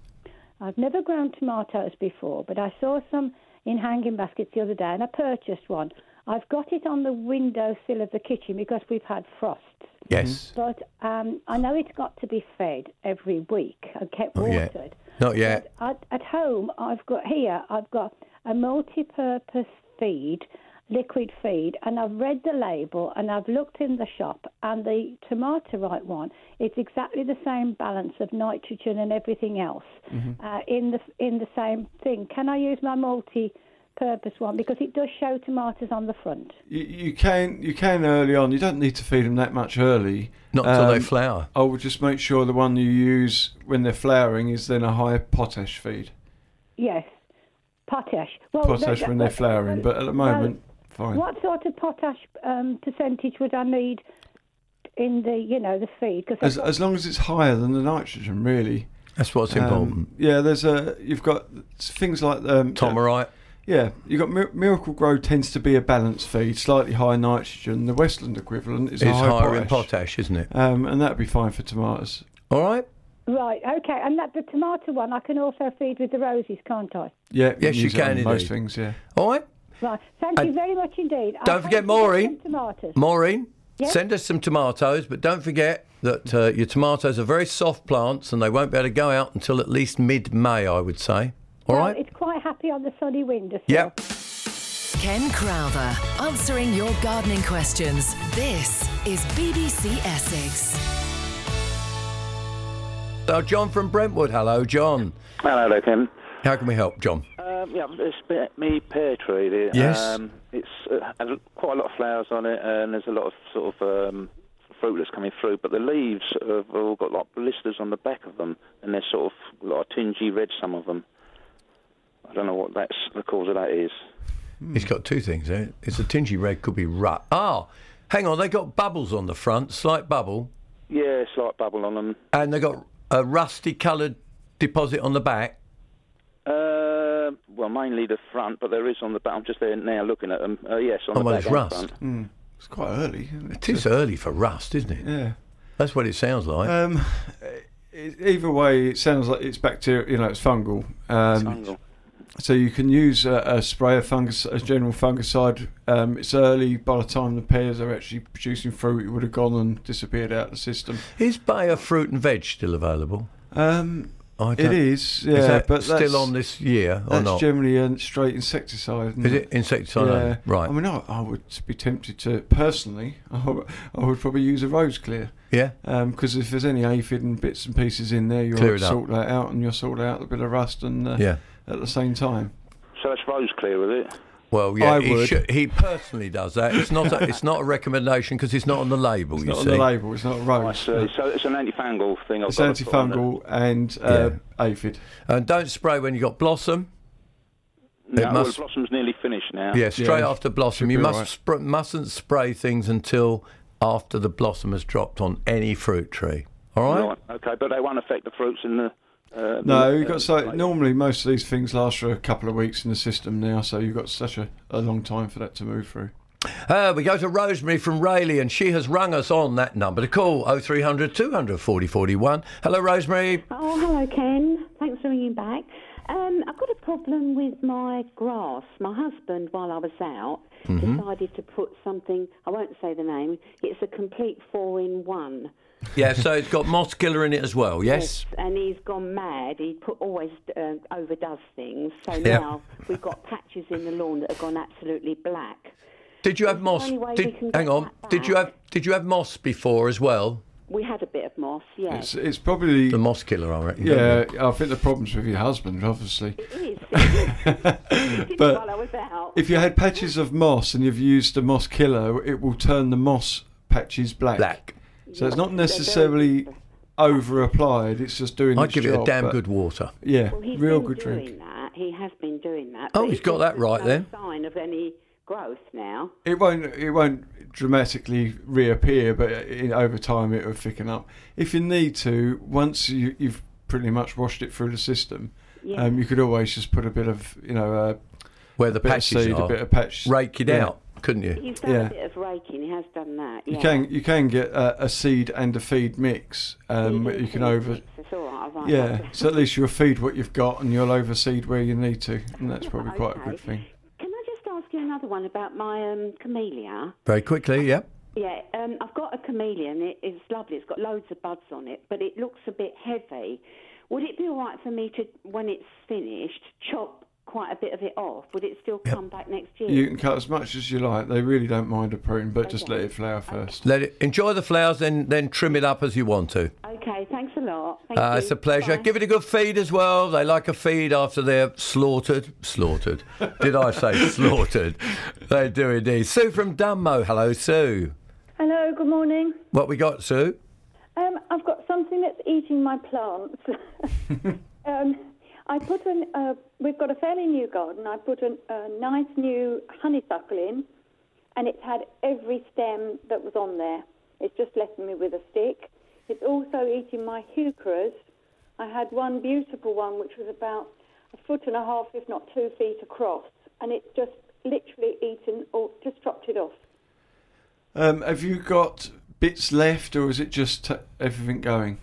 Speaker 12: I've never grown tomatoes before, but I saw some in hanging baskets the other day and I purchased one. I've got it on the windowsill of the kitchen because we've had frosts.
Speaker 3: Mm-hmm.
Speaker 2: Yes.
Speaker 12: But um, I know it's got to be fed every week and kept
Speaker 2: Not yet.
Speaker 12: watered.
Speaker 2: Not yet.
Speaker 12: But at, at home, I've got here, I've got a multi purpose feed, liquid feed, and I've read the label and I've looked in the shop, and the tomato right one, it's exactly the same balance of nitrogen and everything else
Speaker 2: Mm-hmm.
Speaker 13: Mm.
Speaker 12: uh, in, the, in the same thing. Can I use my multi purpose one? Because it does show tomatoes on the front.
Speaker 3: You, you can you can early on. You don't need to feed them that much early.
Speaker 2: Not until they
Speaker 3: Um,
Speaker 2: flower.
Speaker 3: I would just make sure the one you use when they're flowering is then a high potash feed.
Speaker 12: Yes. Potash. Well,
Speaker 3: Potash
Speaker 12: that-
Speaker 3: when they're
Speaker 12: that-
Speaker 3: flowering, but at the
Speaker 12: well,
Speaker 3: moment, fine.
Speaker 12: What sort of potash um, percentage would I need in the, you know, the feed?
Speaker 3: As
Speaker 12: Because
Speaker 3: as long as it's higher than the nitrogen, really.
Speaker 2: That's what's
Speaker 3: Um,
Speaker 2: important.
Speaker 3: yeah, there's a you've got things like um,
Speaker 2: Tomarite.
Speaker 3: Yeah, you got Mir- Miracle Grow tends to be a balanced feed, slightly high nitrogen. The Westland equivalent is, a
Speaker 2: is
Speaker 3: high
Speaker 2: higher in
Speaker 3: potash.
Speaker 2: potash, isn't it?
Speaker 3: Um, and that'd be fine for tomatoes.
Speaker 2: All right.
Speaker 12: right, okay, and that the tomato one I can also feed with the roses, can't I?
Speaker 3: Yeah,
Speaker 2: Yes, you
Speaker 3: use it on
Speaker 2: can
Speaker 3: most
Speaker 2: indeed.
Speaker 3: things. Yeah.
Speaker 2: All right.
Speaker 12: Right, thank
Speaker 2: And
Speaker 12: you very much indeed. I
Speaker 2: don't
Speaker 12: hope
Speaker 2: forget
Speaker 12: you Uh, get
Speaker 2: Maureen.
Speaker 12: some Tomatoes.
Speaker 2: Maureen,
Speaker 12: Yes?
Speaker 2: send us some tomatoes, but don't forget that uh, your tomatoes are very soft plants and they won't be able to go out until at least mid May, I would say. All
Speaker 12: Well,
Speaker 2: right.
Speaker 12: It's quite happy on the sunny windowsill.
Speaker 2: Yep.
Speaker 1: Ken Crowther, answering your gardening questions. This is BBC Essex.
Speaker 2: Oh, John from Brentwood. Hello, John.
Speaker 11: Hello there, Ken.
Speaker 2: How can we help, John?
Speaker 11: Um, yeah, it's pe- me pear tree. The,
Speaker 2: Yes.
Speaker 11: Um, it's uh, had quite a lot of flowers on it, and there's a lot of sort of um, fruit that's coming through. But the leaves have all got like blisters on the back of them, and they're sort of like tingy red. Some of them. I don't know what that's the cause of that is.
Speaker 2: It's got two things. Eh? It's a tingy red, could be rut. Ah, hang on. They got bubbles on the front, slight bubble,
Speaker 11: Yeah, slight bubble on them.
Speaker 2: and they got a rusty coloured deposit on the back.
Speaker 11: Uh, well, mainly the front, but there is on the back. I'm just there now looking at them. Uh, yes, on
Speaker 2: Oh,
Speaker 11: the
Speaker 2: well,
Speaker 11: back
Speaker 2: it's
Speaker 11: and
Speaker 2: rust.
Speaker 11: front.
Speaker 3: Hmm. It's quite early. Isn't it?
Speaker 2: It is early for rust, isn't it?
Speaker 3: Yeah.
Speaker 2: That's what it sounds like.
Speaker 3: Um, e- either way, it sounds like it's bacterial. You know, it's fungal. Um,
Speaker 11: fungal.
Speaker 3: So you can use a, a spray of fungus, a general fungicide. Um, it's early. By the time the pears are actually producing fruit, it would have gone and disappeared out of the system.
Speaker 2: Is Bayer fruit and veg still available?
Speaker 3: Um,
Speaker 2: I
Speaker 3: it
Speaker 2: don't-
Speaker 3: is. Yeah,
Speaker 2: is that
Speaker 3: but that's-
Speaker 2: still on this year or
Speaker 3: that's
Speaker 2: not?
Speaker 3: generally a straight insecticide. isn't
Speaker 2: Is it insecticide only?
Speaker 3: Yeah.
Speaker 2: Right.
Speaker 3: I mean, I, I would be tempted to personally. I, would- I would probably use a rose clear.
Speaker 2: Yeah.
Speaker 3: Because if there's any aphid and bits and pieces in there, you'll
Speaker 2: Clear it up.
Speaker 3: sort that out, and you'll sort out a bit of rust and uh,
Speaker 2: Yeah.
Speaker 3: at the same time.
Speaker 11: So that's rose clear, is it?
Speaker 2: Well, yeah,
Speaker 3: I
Speaker 2: he,
Speaker 3: would.
Speaker 2: should- he personally does that. It's not a, it's not a recommendation because it's not on the label. you
Speaker 3: Not on
Speaker 2: see,
Speaker 3: the label. It's not a
Speaker 11: I
Speaker 3: rose.
Speaker 11: see. So it's an antifungal thing. I've
Speaker 3: It's
Speaker 11: got to put on there.
Speaker 3: antifungal and uh, aphid.
Speaker 2: and don't spray when you have got blossom.
Speaker 11: No, well,
Speaker 2: must-
Speaker 11: the blossom's nearly finished now.
Speaker 2: Yeah, straight
Speaker 3: Yeah,
Speaker 2: after
Speaker 3: should
Speaker 2: blossom. You
Speaker 3: be
Speaker 2: must
Speaker 3: alright.
Speaker 2: spr- mustn't spray things until after the blossom has dropped on any fruit tree. All right.
Speaker 11: Right. Okay, but they won't affect the fruits in the. Uh,
Speaker 3: No,
Speaker 11: the-
Speaker 3: you've got
Speaker 11: uh,
Speaker 3: so
Speaker 11: like-
Speaker 3: normally most of these things last for a couple of weeks in the system now, so you've got such a, a long time for that to move through.
Speaker 2: Uh, we go to Rosemary from Rayleigh, and she has rung us on that number to call 0300 200 40 41. Hello, Rosemary.
Speaker 14: Oh, hello, Ken. Thanks for ringing back. Um, I've got a problem with my grass. My husband, while I was out,
Speaker 2: Mm-hmm.
Speaker 14: decided to put something, I won't say the name, it's a complete four in one.
Speaker 2: Yeah, so it's got moss killer in it as well, Oh, yes?
Speaker 14: And he's gone mad. He put, always uh, overdoes things. So
Speaker 2: Yeah.
Speaker 14: now we've got patches in the lawn that have gone absolutely black.
Speaker 2: Did you have moss?
Speaker 14: only way we
Speaker 2: Did,
Speaker 14: can
Speaker 2: hang
Speaker 14: get
Speaker 2: on.
Speaker 14: that
Speaker 2: Did you
Speaker 14: back.
Speaker 2: have did you have moss before as well?
Speaker 14: We had a bit of moss, yes.
Speaker 3: It's it's probably
Speaker 2: The moss killer, I reckon. don't
Speaker 3: yeah.
Speaker 2: you?
Speaker 3: I think the problem's with your husband, obviously.
Speaker 14: It is. It is. He did it
Speaker 3: But
Speaker 14: while I was out.
Speaker 3: If you had patches of moss and you've used a moss killer, it will turn the moss patches black.
Speaker 2: Black.
Speaker 3: So it's
Speaker 14: Yes,
Speaker 3: not
Speaker 14: they're very
Speaker 3: necessarily over applied. It's just doing.
Speaker 2: I'd
Speaker 3: its
Speaker 2: give it a
Speaker 3: job,
Speaker 2: damn
Speaker 3: but-
Speaker 2: good water.
Speaker 3: Yeah,
Speaker 14: Well, he's
Speaker 3: real
Speaker 14: been
Speaker 3: good
Speaker 14: doing
Speaker 3: drink.
Speaker 14: that. He has been doing that.
Speaker 2: Oh,
Speaker 14: but
Speaker 2: he's
Speaker 14: it
Speaker 2: got that
Speaker 14: there's
Speaker 2: right
Speaker 14: no
Speaker 2: then.
Speaker 14: Sign of any growth now.
Speaker 3: It won't. It won't dramatically reappear, but in, over time it will thicken up. If you need to, once you, you've pretty much washed it through the system,
Speaker 14: Yeah.
Speaker 3: um, you could always just put a bit of, you know, uh,
Speaker 2: Where the
Speaker 3: bit of
Speaker 2: patches
Speaker 3: seed, a
Speaker 2: are.
Speaker 3: bit of patch-
Speaker 2: Rake it
Speaker 3: yeah.
Speaker 2: out, couldn't you?
Speaker 14: He's done
Speaker 3: yeah.
Speaker 14: a bit of raking. He has done that.
Speaker 3: you
Speaker 14: yeah.
Speaker 3: can you can get a, a seed and a feed mix. Um,
Speaker 14: He-
Speaker 3: that
Speaker 14: he
Speaker 3: you can
Speaker 14: thinks
Speaker 3: over.
Speaker 14: It's all right. I won't
Speaker 3: Yeah,
Speaker 14: have to-
Speaker 3: so at least you'll feed what you've got and you'll overseed where you need to, and that's probably quite a
Speaker 14: Okay.
Speaker 3: good thing.
Speaker 14: Can I just ask you another one about my um, camellia?
Speaker 2: Very quickly, yeah.
Speaker 14: Yeah, um, I've got a camellia and it is lovely. It's got loads of buds on it, but it looks a bit heavy. Would it be all right for me to, when it's finished, chop quite a bit of it off? Would it still come back next year?
Speaker 3: You can cut as much as you like. They really don't mind a prune, but just let it flower first.
Speaker 2: Let it enjoy the flowers, then then trim it up as you want to.
Speaker 14: Okay, thanks a lot. Thank
Speaker 2: Uh,
Speaker 14: you.
Speaker 2: it's a pleasure.
Speaker 14: Bye.
Speaker 2: Give it a good feed as well. They like a feed after they're slaughtered. Slaughtered. Did I say slaughtered? They do indeed. Sue from Dunmo. Hello, Sue.
Speaker 15: Hello, good morning.
Speaker 2: What we got, Sue?
Speaker 15: Um, I've got something that's eating my plants. um, I put an, uh, we've got a fairly new garden. I put an, a nice new honeysuckle in, and it's had every stem that was on there. It's just left me with a stick. It's also eating my heucheras. I had one beautiful one which was about a foot and a half, if not two feet across, and it's just literally eaten or just chopped it off.
Speaker 3: Um, have you got bits left, or is it just t- everything going?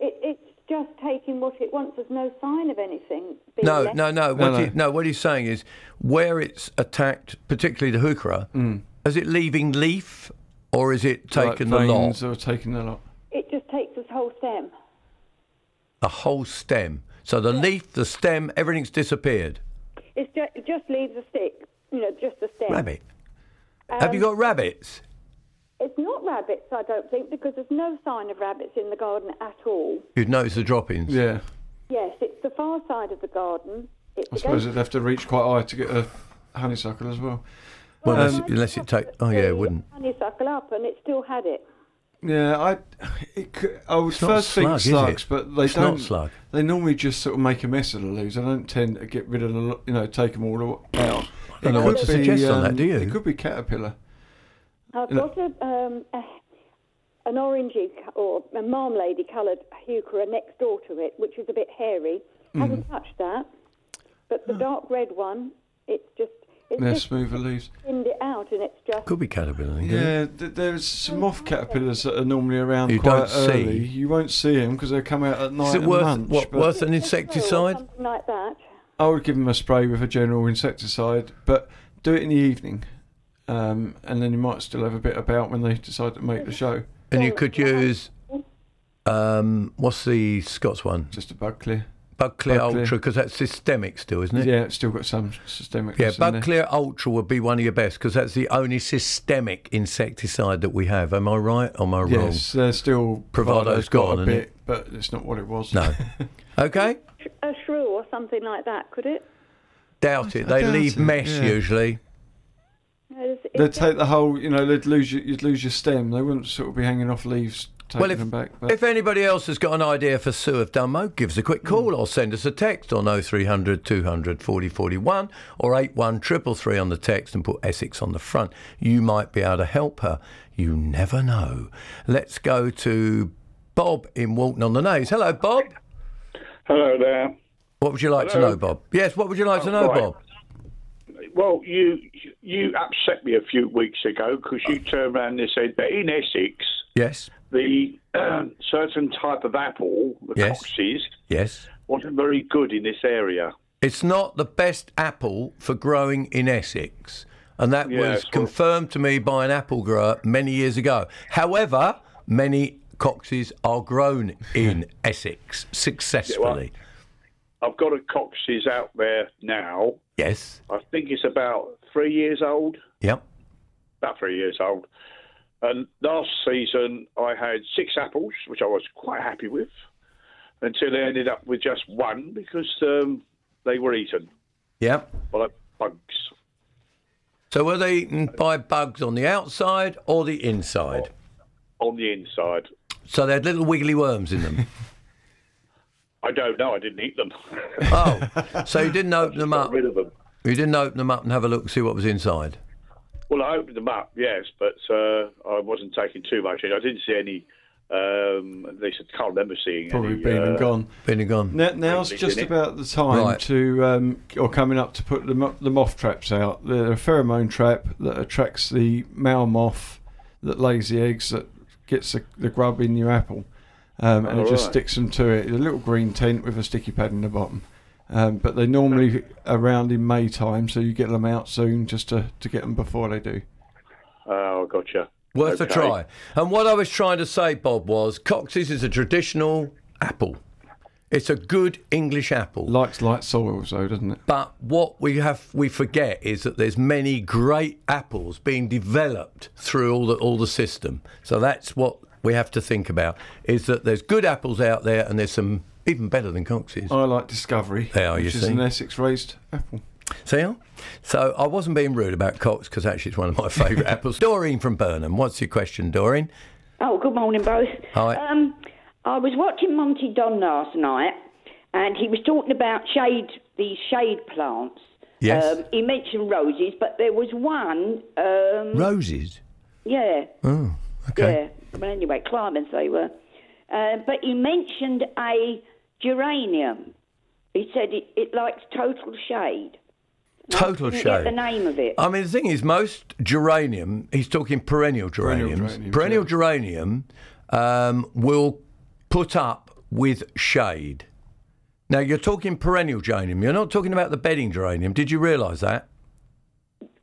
Speaker 15: It, it's just taking what it wants. There's no sign of anything. Being
Speaker 2: No,
Speaker 15: left.
Speaker 2: no, no. What
Speaker 3: no.
Speaker 2: He, no, what he's saying is where it's attacked, particularly the hookah, is it leaving leaf or is it taking
Speaker 3: Mm. like
Speaker 2: the
Speaker 3: veins
Speaker 2: lot?
Speaker 3: or taking the lot?
Speaker 15: It just takes this whole stem.
Speaker 2: The whole stem. So the leaf, the stem, everything's disappeared.
Speaker 15: It's just, it just leaves a stick. You know, just a stem.
Speaker 2: Rabbit. Have you got rabbits?
Speaker 15: It's not rabbits, I don't think, because there's no sign of rabbits in the garden at all.
Speaker 2: You'd notice the droppings.
Speaker 3: Yeah.
Speaker 15: Yes, it's the far side of the garden. It's
Speaker 3: I suppose it'd have to reach quite high to get a honeysuckle as well.
Speaker 2: Well,
Speaker 3: Um,
Speaker 2: unless, unless it take. Oh, yeah, it wouldn't.
Speaker 15: honeysuckle up, and it still had it.
Speaker 3: Yeah, I, it, c- I would
Speaker 2: It's not
Speaker 3: first
Speaker 2: slug,
Speaker 3: think
Speaker 2: is it?
Speaker 3: slugs, but they
Speaker 2: It's not
Speaker 3: don't.
Speaker 2: slug.
Speaker 3: They normally just sort of make a mess of the leaves. They don't tend to get rid of the, lo- you know, take them all o- out.
Speaker 2: I don't know
Speaker 3: It
Speaker 2: what
Speaker 3: could
Speaker 2: to suggest on that, do you?
Speaker 3: um, It could be caterpillar.
Speaker 15: I've
Speaker 3: And-
Speaker 15: got a, um, a, an orangey co- or a marmalade coloured heuchera next door to it, which is a bit hairy.
Speaker 3: Hmm.
Speaker 15: Haven't touched that, but the dark red one, it's just it's
Speaker 3: They're
Speaker 15: just
Speaker 3: smoother leaves.
Speaker 15: thinned it out, and it's just
Speaker 2: Could be caterpillar. then, couldn't it?
Speaker 3: Yeah, th- there's some moth caterpillars that are normally around
Speaker 2: You
Speaker 3: quite
Speaker 2: don't see.
Speaker 3: early. You won't see them because they come out at night.
Speaker 2: Is it
Speaker 3: and
Speaker 2: worth
Speaker 3: munch,
Speaker 2: what?
Speaker 3: but-
Speaker 2: Worth an insecticide?
Speaker 15: something like that.
Speaker 3: I would give them a spray with a general insecticide, but do it in the evening, um, and then you might still have a bit about when they decide to make the show.
Speaker 2: And you could use um, what's the Scots one?
Speaker 3: Just a bug clear.
Speaker 2: Bug clear
Speaker 3: Bug
Speaker 2: ultra
Speaker 3: clear.
Speaker 2: 'cause ultra because that's systemic still, isn't it?
Speaker 3: Yeah, it's still got some systemic.
Speaker 2: Yeah,
Speaker 3: in
Speaker 2: bug
Speaker 3: there.
Speaker 2: clear ultra would be one of your best because that's the only systemic insecticide that we have. Am I right? Or am I wrong?
Speaker 3: Yes, they're still Bravado's
Speaker 2: Bravado's
Speaker 3: got
Speaker 2: gone,
Speaker 3: a
Speaker 2: isn't
Speaker 3: bit,
Speaker 2: it?
Speaker 3: but it's not what it was.
Speaker 2: No. Okay.
Speaker 15: A shrew or something like that, could it?
Speaker 2: Doubt it. They
Speaker 3: doubt
Speaker 2: leave
Speaker 3: it,
Speaker 2: mess
Speaker 3: yeah.
Speaker 2: usually.
Speaker 15: It's, it's
Speaker 3: they'd take the whole. You know, they'd lose. Your, you'd lose your stem. They wouldn't sort of be hanging off leaves, taking
Speaker 2: Well, if,
Speaker 3: them back. But
Speaker 2: if anybody else has got an idea for Sue of Dunmo, give us a quick call or send us a text on 0300 200 4041 or 81333 on the text and put Essex on the front. You might be able to help her. You never know. Let's go to Bob in Walton on the Naze. Hello, Bob.
Speaker 16: Hello there.
Speaker 2: What would you like
Speaker 16: Hello. Um,
Speaker 2: to know, Bob? Yes, what would you like to know,
Speaker 16: right.
Speaker 2: Bob?
Speaker 16: Well, you you upset me a few weeks ago because you turned around and said that in Essex,
Speaker 2: Yes,
Speaker 16: the um, certain type of apple, the
Speaker 2: Yes.
Speaker 16: Coxes,
Speaker 2: yes.
Speaker 16: wasn't very good in this area.
Speaker 2: It's not the best apple for growing in Essex. And that
Speaker 16: Yeah,
Speaker 2: was
Speaker 16: it's not.
Speaker 2: confirmed to me by an apple grower many years ago. However, many coxes are grown in Essex successfully.
Speaker 16: I've got a Coxes out there now.
Speaker 2: Yes.
Speaker 16: I think it's about three years old.
Speaker 2: Yep.
Speaker 16: about three years old. And last season, I had six apples, which I was quite happy with, until I ended up with just one because um, they were eaten
Speaker 2: Yep.
Speaker 16: by bugs.
Speaker 2: So were they eaten by bugs on the outside or the inside?
Speaker 16: On the inside,
Speaker 2: So they had little wiggly worms in them.
Speaker 16: I don't know. I didn't eat them.
Speaker 2: oh, so you didn't open them up.
Speaker 16: Rid of them.
Speaker 2: You didn't open them up and have a look and see what was inside.
Speaker 16: Well, I opened them up, yes, but uh, I wasn't taking too much in. I didn't see any. Um, at least I can't remember seeing
Speaker 3: probably
Speaker 16: any.
Speaker 3: been and
Speaker 16: uh,
Speaker 3: gone.
Speaker 2: Been and gone.
Speaker 3: Now, now's
Speaker 16: Really,
Speaker 3: just
Speaker 16: didn't it?
Speaker 3: about the time
Speaker 2: Right.
Speaker 3: to, um, or coming up to put the, mo- the moth traps out. They're a pheromone trap that attracts the male moth that lays the eggs that gets the, the grub in your apple, um, and it just
Speaker 16: Alright.
Speaker 3: sticks them to it. A little green tent with a sticky pad in the bottom. Um, but they're normally around in May time, so you get them out soon just to, to get them before they do.
Speaker 16: Oh, gotcha.
Speaker 2: Worth a
Speaker 16: Okay.
Speaker 2: try. And what I was trying to say, Bob, was Cox's is a traditional apple. It's a good English apple.
Speaker 3: Likes light soils though, doesn't it?
Speaker 2: But what we have we forget is that there's many great apples being developed through all the all the system. So that's what we have to think about is that there's good apples out there and there's some even better than Cox's.
Speaker 3: I like Discovery,
Speaker 2: There, you
Speaker 3: which is
Speaker 2: see.
Speaker 3: an Essex raised apple.
Speaker 2: See? how? So I wasn't being rude about Cox because actually it's one of my favourite apples. Doreen from Burnham. What's your question, Doreen?
Speaker 17: Oh, good morning, both.
Speaker 2: Hi.
Speaker 17: Um, I was watching Monty Don last night, and he was talking about shade, these shade plants.
Speaker 2: Yes.
Speaker 17: Um, he mentioned roses, but there was one. Um,
Speaker 2: Roses.
Speaker 17: yeah,
Speaker 2: Oh, okay.
Speaker 17: yeah. Well, anyway, climbers they were. Uh, but he mentioned a geranium. He said it, it likes total shade.
Speaker 2: Total
Speaker 17: Didn't
Speaker 2: shade.
Speaker 17: get the name of it.
Speaker 2: I mean, the thing is, most geranium, he's talking perennial geraniums,
Speaker 3: geraniums,
Speaker 2: perennial geranium um, will put up with shade. Now, you're talking perennial geranium, you're not talking about the bedding geranium. Did you realise that?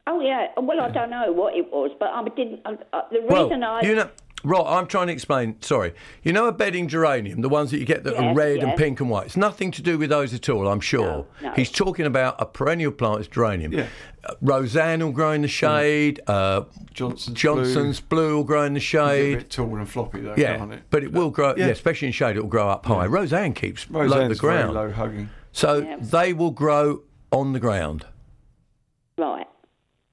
Speaker 17: oh yeah. Well, I don't know what it was, but I didn't. I, I, the
Speaker 2: Well,
Speaker 17: reason I
Speaker 2: you know, Right, I'm trying to explain. Sorry. You know a bedding geranium, the ones that you get that are
Speaker 17: Yes,
Speaker 2: red and
Speaker 17: yes.
Speaker 2: pink and white? It's nothing to do with those at all, I'm sure.
Speaker 17: no.
Speaker 2: He's talking about a perennial plant, it's geranium. Uh, Roseanne will grow in the shade. Uh,
Speaker 3: Johnson's,
Speaker 2: blue. will grow in the
Speaker 3: It's
Speaker 2: shade.
Speaker 3: a bit tall and floppy though,
Speaker 2: yeah,
Speaker 3: can't it?
Speaker 2: but it will grow, yeah.
Speaker 3: Yeah.
Speaker 2: especially in shade, it will grow up high. Roseanne keeps low to
Speaker 3: Roseanne's
Speaker 2: the ground.
Speaker 3: very low hugging.
Speaker 2: So they will grow on the ground.
Speaker 17: Right.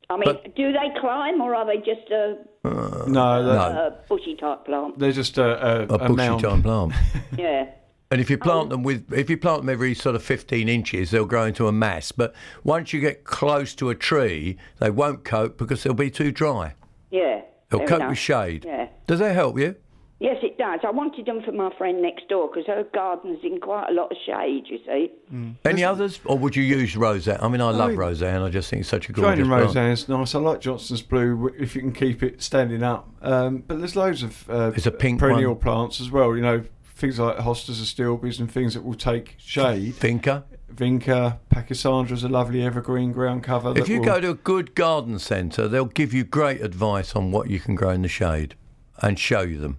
Speaker 17: I mean,
Speaker 2: But-
Speaker 17: do they climb or are they just a,
Speaker 3: Uh, no,
Speaker 17: a,
Speaker 3: they're,
Speaker 17: bushy type plant?
Speaker 3: they're just a, a,
Speaker 2: A bushy
Speaker 3: mound.
Speaker 2: time plant.
Speaker 17: yeah.
Speaker 2: And if you plant them with, if you plant them every sort of 15 inches, they'll grow into a mass. But once you get close to a tree, they won't cope because they'll be too dry.
Speaker 17: Yeah.
Speaker 2: They'll
Speaker 17: fair
Speaker 2: cope
Speaker 17: enough.
Speaker 2: with shade.
Speaker 17: Yeah.
Speaker 2: Does that help you?
Speaker 17: Yes, it does. I wanted them for my friend next door because her garden's in quite a lot of shade, you see.
Speaker 3: Mm.
Speaker 2: Any others, or would you use Roseanne? I mean, I love Roseanne. I just think it's such a gorgeous
Speaker 3: Joining
Speaker 2: plant.
Speaker 3: Roseanne's nice. I like Johnson's blue w- if you can keep it standing up. Um, but there's loads of uh,
Speaker 2: There's a pink
Speaker 3: perennial
Speaker 2: one.
Speaker 3: plants as well. You know, things like hostas and stilbies and things that will take shade.
Speaker 2: Vinca.
Speaker 3: Vinca. Pachyssandra's a lovely evergreen ground cover.
Speaker 2: If
Speaker 3: that
Speaker 2: you
Speaker 3: will-
Speaker 2: go to a good garden centre, they'll give you great advice on what you can grow in the shade and show you them.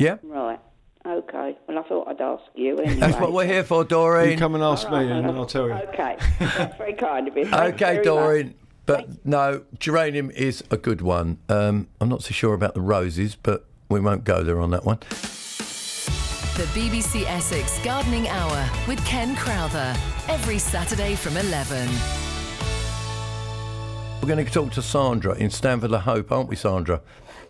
Speaker 2: Yeah?
Speaker 17: Right. Okay. Well, I thought I'd ask you anyway.
Speaker 2: That's what we're here for, Doreen.
Speaker 3: You come and ask me and I'll tell you.
Speaker 17: Okay. That's very kind of you. Thank you
Speaker 2: Okay,
Speaker 17: very
Speaker 2: Doreen. But no, geranium is a good one. Um, I'm not so sure about the roses, but we won't go there on that one.
Speaker 1: The BBC Essex Gardening Hour with Ken Crowther. Every Saturday from 11.
Speaker 2: We're going to talk to Sandra in Stanford La Hope, aren't we, Sandra?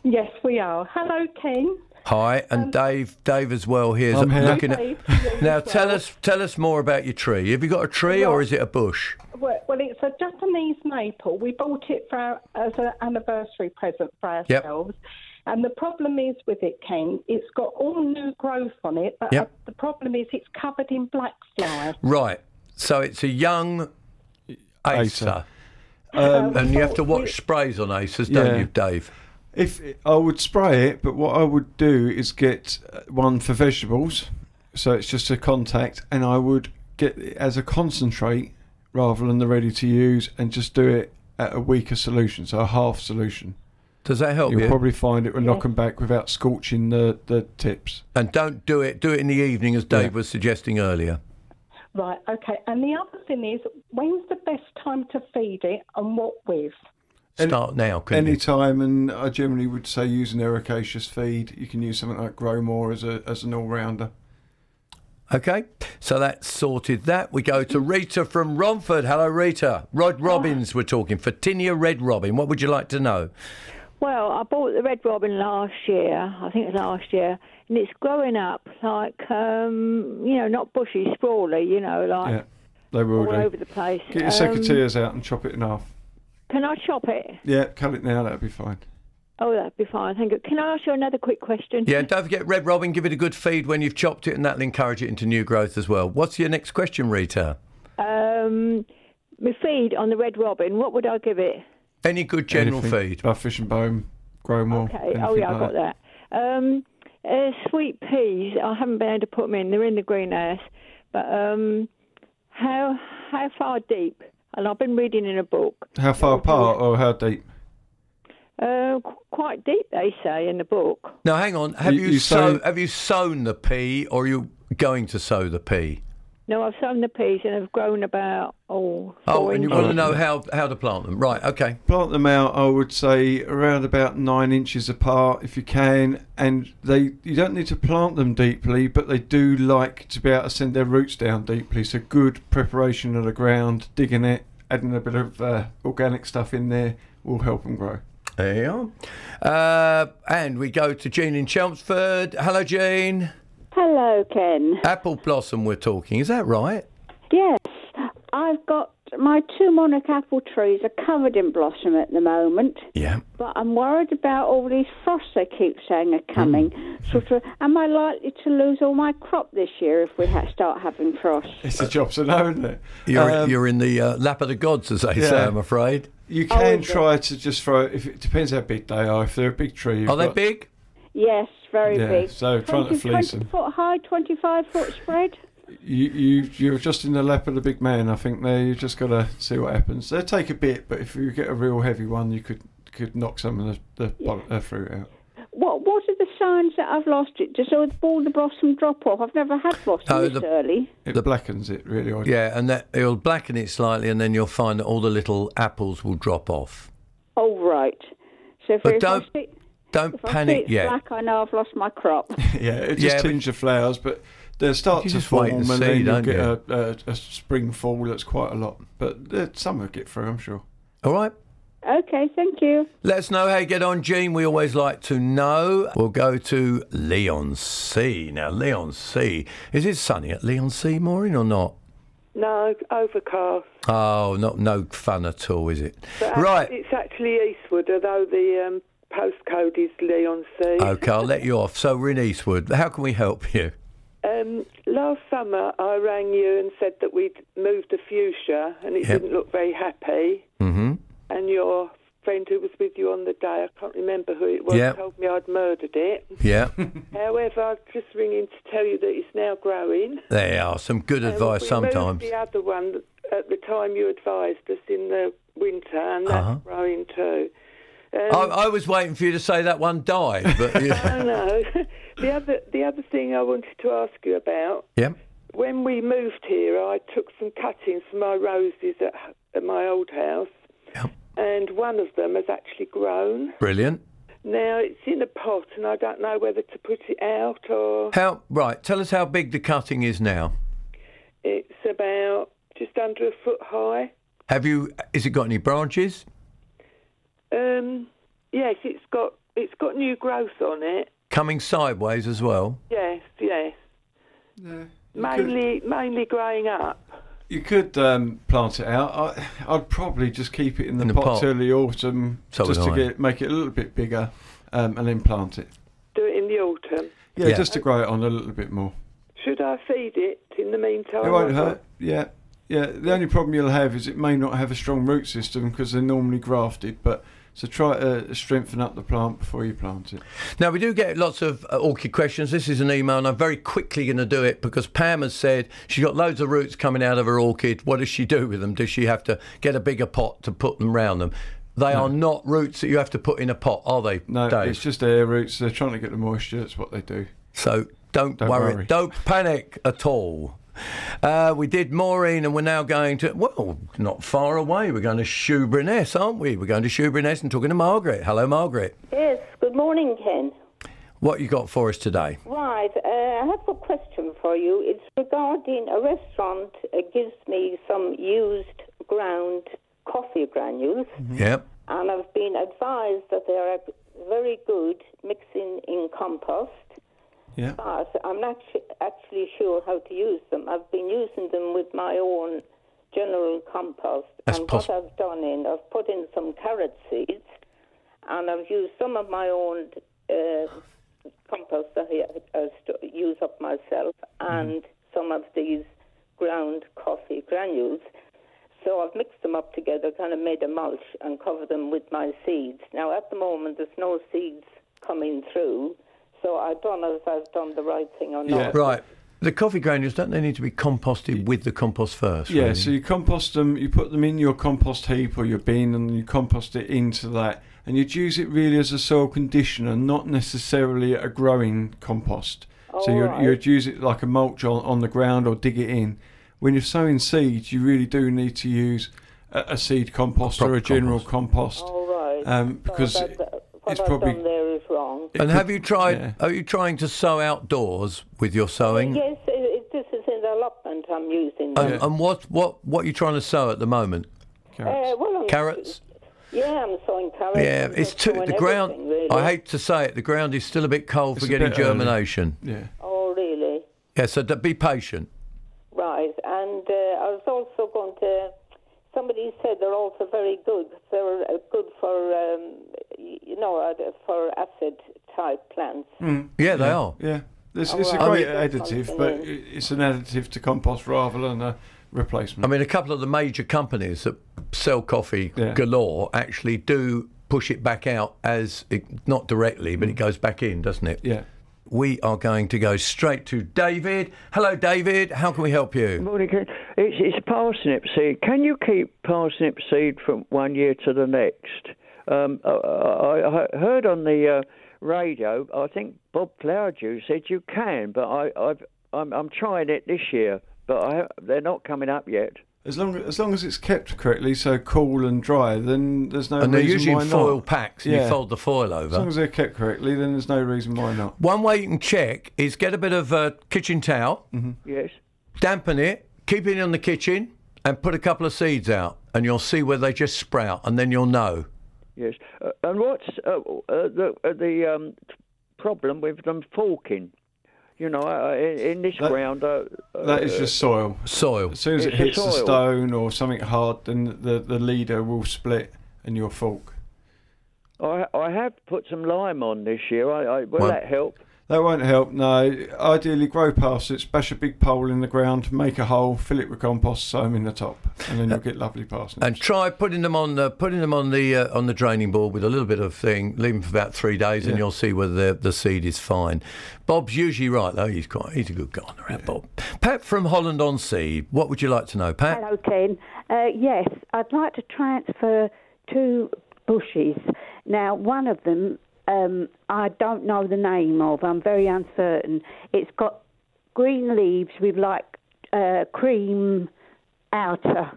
Speaker 18: Yes, we are. Hello, Ken.
Speaker 2: Hi, and Dave. Dave as well here. is
Speaker 3: I'm here.
Speaker 2: Looking at,
Speaker 18: Dave, yes, as
Speaker 2: now,
Speaker 18: well.
Speaker 2: tell us tell us more about your tree. Have you got a tree or is it a bush?
Speaker 18: Well, well, it's a Japanese maple. We bought it for our, as an anniversary present for
Speaker 2: Yep.
Speaker 18: ourselves. And the problem is with it, Ken, it's got all new growth on it, but
Speaker 2: Yep.
Speaker 18: uh, the problem is it's covered in black fly.
Speaker 2: Right. So it's a young acer.
Speaker 3: Um,
Speaker 2: and you have to watch sprays on acers, don't
Speaker 3: Yeah.
Speaker 2: you, Dave?
Speaker 3: If I would spray it, but what I would do is get uh, one for vegetables, so it's just a contact, and I would get it as a concentrate rather than the ready to use, and just do it at a weaker solution, so a half solution.
Speaker 2: Does that help
Speaker 3: You'll
Speaker 2: you?
Speaker 3: probably find it will knock 'em back without scorching the, the tips.
Speaker 2: And don't do it. Do it in the evening, as Dave was suggesting earlier.
Speaker 18: Right, okay. And the other thing is, when's the best time to feed it and what with?
Speaker 2: Start now, couldn't
Speaker 3: Any
Speaker 2: you?
Speaker 3: time, and I generally would say use an ericaceous feed. You can use something like Growmore as a as an all rounder.
Speaker 2: Okay, so that's sorted. That we go to Rita from Romford. Hello, Rita. Rod Robbins, we're talking. Fatinia Red Robin. What would you like to know?
Speaker 5: Well, I bought the red robin last year. I think it was last year, and it's growing up like um, you know, not bushy, sprawly. You know, like
Speaker 3: Yeah, they will
Speaker 5: all
Speaker 3: do.
Speaker 5: over the place.
Speaker 3: Get your
Speaker 5: Um,
Speaker 3: secateurs out and chop it in half.
Speaker 5: Can I chop it?
Speaker 3: Yeah, cut it now. That'll be fine.
Speaker 5: Oh, that'd be fine. Thank you. Can I ask you another quick question?
Speaker 2: Yeah, and don't forget Red Robin. Give it a good feed when you've chopped it, and that'll encourage it into new growth as well. What's your next question, Rita?
Speaker 5: Um, my feed on the red robin. What would I give it?
Speaker 2: Any good general
Speaker 3: Anything.
Speaker 2: feed?
Speaker 3: By fish and bone, Growmore.
Speaker 5: Okay. Oh yeah, I got that. Um, uh, sweet peas. I haven't been able to put them in. They're in the greenhouse. But um, how how far deep? And I've been reading in a book.
Speaker 3: How far apart or how deep?
Speaker 5: Uh, qu- quite deep, they say in the book.
Speaker 2: Now, hang on. Have you,
Speaker 3: You- you
Speaker 2: sow,
Speaker 3: sow-
Speaker 2: have you sown the pea, or are you going to sow the pea?
Speaker 5: No, I've sown the peas and they've grown about oh.
Speaker 2: Oh, and you want to
Speaker 3: inches.
Speaker 2: know how how to plant them, right? Okay.
Speaker 3: Plant them out. I would say around about nine inches apart, if you can, and they you don't need to plant them deeply, but they do like to be able to send their roots down deeply. So good preparation of the ground, digging it, adding a bit of uh, organic stuff in there will help them grow.
Speaker 2: There you are. Uh, and we go to Jean in Chelmsford. Hello, Jean.
Speaker 19: Hello, Ken.
Speaker 2: Apple blossom, we're talking. Is that right?
Speaker 19: Yes, I've got my two monarch apple trees are covered in blossom at the moment.
Speaker 2: Yeah.
Speaker 19: But I'm worried about all these frosts they keep saying are coming.
Speaker 2: Mm.
Speaker 19: Sort of, am I likely to lose all my crop this year if we ha- start having frosts?
Speaker 3: It's a job to know, isn't it?
Speaker 2: You're,
Speaker 3: Um,
Speaker 2: you're in the uh, lap of the gods, as they
Speaker 3: Yeah.
Speaker 2: say, I'm afraid.
Speaker 3: You can try to just throw. If it depends how big they are. If they're a big tree, you've
Speaker 2: Are they
Speaker 3: got-
Speaker 2: big?
Speaker 19: Yes, very
Speaker 3: Yeah,
Speaker 19: big.
Speaker 3: so trying to
Speaker 19: 20
Speaker 3: fleece
Speaker 19: 20
Speaker 3: them.
Speaker 19: foot high, 25 foot spread.
Speaker 3: You, you, you're just in the lap of the big man. I think there. You just got to see what happens. They take a bit, but if you get a real heavy one, you could could knock some of the, the bottom, uh, fruit out.
Speaker 19: What What are the signs that I've lost it? Does all all the blossom drop off? I've never had blossom
Speaker 2: No,
Speaker 19: this
Speaker 2: the-
Speaker 19: early.
Speaker 3: It blackens it really. I
Speaker 2: Yeah, and that it'll blacken it slightly, and then you'll find that all the little apples will drop off.
Speaker 19: Oh right. So
Speaker 2: But
Speaker 19: for if I
Speaker 2: don't-
Speaker 19: see,
Speaker 2: Don't
Speaker 19: if I see
Speaker 2: panic
Speaker 19: it's
Speaker 2: yet.
Speaker 19: black, I know I've lost my crop.
Speaker 3: yeah, it just
Speaker 2: Yeah, but-
Speaker 3: tinge the flowers, but they'll start
Speaker 2: You
Speaker 3: to
Speaker 2: just
Speaker 3: form,
Speaker 2: wait
Speaker 3: and,
Speaker 2: and see,
Speaker 3: then you'll
Speaker 2: don't
Speaker 3: get
Speaker 2: you?
Speaker 3: a, a, a spring fall that's quite a lot. But uh, some will get through, I'm sure.
Speaker 2: All right.
Speaker 19: Okay, thank you.
Speaker 2: Let us know how you get on, Gene. We always like to know. We'll go to Leon C. Now, Leon C. Is it sunny at Leon C. Maureen or not?
Speaker 20: No, overcast.
Speaker 2: Oh, not no fun at all, is it?
Speaker 20: But act-
Speaker 2: Right.
Speaker 20: It's actually Eastwood, although the um, postcode is Leon C.
Speaker 2: Okay, I'll let you off. So we're in Eastwood. How can we help you?
Speaker 20: Um, last summer, I rang you and said that we'd moved to Fuchsia, and it
Speaker 2: Yep.
Speaker 20: didn't look very happy.
Speaker 2: Mm-hmm.
Speaker 20: And your friend who was with you on the day, I can't remember who it was,
Speaker 2: Yep.
Speaker 20: told me I'd murdered it.
Speaker 2: Yeah.
Speaker 20: However, I'm just ringing to tell you that it's now growing.
Speaker 2: there are some good
Speaker 20: Uh,
Speaker 2: advice
Speaker 20: we
Speaker 2: sometimes.
Speaker 20: Moved the other one at the time you advised us in the winter, and that's
Speaker 2: Uh-huh.
Speaker 20: growing too. Um,
Speaker 2: I, I was waiting for you to say that one died, but
Speaker 20: I know. the other the other thing I wanted to ask you about.
Speaker 2: Yep.
Speaker 20: When we moved here, I took some cuttings from my roses at, h- at my old house, and one of them has actually grown.
Speaker 2: brilliant.
Speaker 20: Now it's in a pot, and I don't know whether to put it out or
Speaker 2: How right? Tell us how big the cutting is now.
Speaker 20: it's about just under a foot high.
Speaker 2: Have you? Is it got any branches?
Speaker 20: Um, yes, it's got it's got new growth on it.
Speaker 2: Coming sideways as well.
Speaker 20: Yes, yes. Mainly mainly growing up.
Speaker 3: You could um, plant it out. I, I'd probably just keep it in the,
Speaker 2: In the
Speaker 3: pot,
Speaker 2: pot.
Speaker 3: till the autumn,
Speaker 2: So
Speaker 3: just
Speaker 2: would
Speaker 3: to
Speaker 2: I.
Speaker 3: get make it a little bit bigger, um, and then plant it.
Speaker 20: Do it in the autumn.
Speaker 3: Yeah, just to grow it on a little bit more.
Speaker 20: Should I feed it in the meantime?
Speaker 3: It won't
Speaker 20: I've got-
Speaker 3: hurt. Yeah, yeah. The only problem you'll have is it may not have a strong root system because they're normally grafted. But so try to strengthen up the plant before you plant it.
Speaker 2: Now, we do get lots of uh, orchid questions. This is an email, and I'm very quickly going to do it because Pam has said she's got loads of roots coming out of her orchid. What does she do with them? Does she have to get a bigger pot to put them round them? They are not roots that you have to put in a pot, are they,
Speaker 3: No,
Speaker 2: Dave?
Speaker 3: Uh, it's just air roots. They're trying to get the moisture. That's what they do.
Speaker 2: So don't,
Speaker 3: Don't
Speaker 2: worry.
Speaker 3: worry.
Speaker 2: Don't panic at all. Uh, we did Maureen, and we're now going to, well, not far away. We're going to Shoebriness, aren't we? We're going to Shoebriness and talking to Margaret. Hello, Margaret.
Speaker 21: Yes, good morning, Ken.
Speaker 2: What you got for us today?
Speaker 21: Right, uh, I have a question for you. It's regarding a restaurant uh, gives me some used ground coffee granules,
Speaker 2: Yep.
Speaker 21: and I've been advised that they are very good mixing in compost.
Speaker 3: Yeah.
Speaker 21: But I'm not su- actually sure how to use them. I've been using them with my own general compost,
Speaker 2: That's
Speaker 21: and
Speaker 2: poss-
Speaker 21: what I've done in, I've put in some carrot seeds, and I've used some of my own uh, compost that I, I st- use up myself,
Speaker 2: Mm.
Speaker 21: and some of these ground coffee granules. So I've mixed them up together, kind of made a mulch, and covered them with my seeds. Now at the moment, there's no seeds coming through, so I don't know if I've done the right thing or not.
Speaker 2: Right. The coffee granules don't they need to be composted with the compost first?
Speaker 3: yeah.
Speaker 2: really?
Speaker 3: So you compost them. You put them in your compost heap or your bin, and you compost it into that. And you'd use it really as a soil conditioner, not necessarily a growing compost. so you'd,
Speaker 21: Alright.
Speaker 3: you'd use it like a mulch on, on the ground or dig it in. When you're sowing seeds, you really do need to use a, a seed compost or a general compost.
Speaker 21: All right.
Speaker 3: Um, because
Speaker 21: so
Speaker 3: it-
Speaker 21: that, what
Speaker 3: it's
Speaker 21: I've
Speaker 3: probably-
Speaker 21: done there is wrong.
Speaker 2: and have you tried? Are you trying to sow outdoors with your sowing?
Speaker 21: Yes, it, it, this is in the allotment I'm using.
Speaker 2: Um, And, and what what what are you trying to sow at the moment?
Speaker 21: Uh, well, I'm,
Speaker 2: Carrots.
Speaker 21: Yeah, I'm sowing carrots.
Speaker 2: Yeah,
Speaker 21: I'm
Speaker 2: it's
Speaker 21: just
Speaker 2: too
Speaker 21: sowing
Speaker 2: the ground.
Speaker 21: everything, Really.
Speaker 2: I hate to say it, the ground is still a bit cold
Speaker 3: It's
Speaker 2: for
Speaker 3: a
Speaker 2: getting
Speaker 3: bit early.
Speaker 2: germination.
Speaker 3: Yeah.
Speaker 21: Oh, really?
Speaker 2: Yeah, so d- be patient.
Speaker 21: Right. And uh, I was also going to. Somebody said they're also very good. They're uh, good for, um, y- you know, uh, for acid type plants.
Speaker 2: Mm. Yeah, they are.
Speaker 3: Mm. Yeah, it's,
Speaker 21: Oh,
Speaker 3: it's a
Speaker 21: right.
Speaker 3: great
Speaker 21: I mean-
Speaker 3: additive, but i- it's an additive to compost rather than a replacement.
Speaker 2: I mean, a couple of the major companies that sell coffee galore actually do push it back out as it, not directly, but it goes back in, doesn't it?
Speaker 3: Mm. Yeah.
Speaker 2: We are going to go straight to David. Hello, David. How can we help you?
Speaker 22: Morning, Ken. It's, it's parsnip seed. Can you keep parsnip seed from one year to the next? Um, I, I I heard on the uh, radio, I think Bob Flowerdew said you can, but I, I've, I'm, I'm trying it this year, but I, they're not coming up yet.
Speaker 3: As long as long as it's kept correctly, so cool and dry, then there's no
Speaker 2: and they're
Speaker 3: reason
Speaker 2: usually
Speaker 3: why
Speaker 2: in foil
Speaker 3: not.
Speaker 2: packs, and you fold the foil over.
Speaker 3: As long as they're kept correctly, then there's no reason why not.
Speaker 2: One way you can check is get a bit of uh, kitchen towel,
Speaker 22: Yes.
Speaker 2: dampen it, keep it in the kitchen, and put a couple of seeds out, and you'll see where they just sprout, and then you'll know.
Speaker 22: Yes. Uh, and what's uh, uh, the uh, the um, t- problem with them forking? You know, uh, in, in this ground. Uh,
Speaker 3: That is
Speaker 22: uh,
Speaker 3: just soil.
Speaker 2: Soil.
Speaker 3: As soon as it
Speaker 22: It's the
Speaker 3: hits the
Speaker 22: soil.
Speaker 3: stone or something hard, then the, the leader will split and you'll fork.
Speaker 22: uh, I I have put some lime on this year. I, I will
Speaker 3: Well-
Speaker 22: that help?
Speaker 3: That won't help, no. Ideally, grow past it, smash a big pole in the ground, make a hole, fill it with compost, sow 'em in the top, and then you'll get lovely parsnips.
Speaker 2: And try putting them on the putting them on the uh, on the draining board with a little bit of thing. Leave them for about three days, and
Speaker 3: Yeah.
Speaker 2: you'll see whether the, the seed is fine. Bob's usually right though. He's quite he's a good guy on the round, Bob. Pat from Holland on Sea. What would you like to know, Pat?
Speaker 4: Hello, Ken. Uh, yes, I'd like to transfer two bushes. Now, one of them um, I don't know the name of. I'm very uncertain. It's got green leaves with like uh, cream outer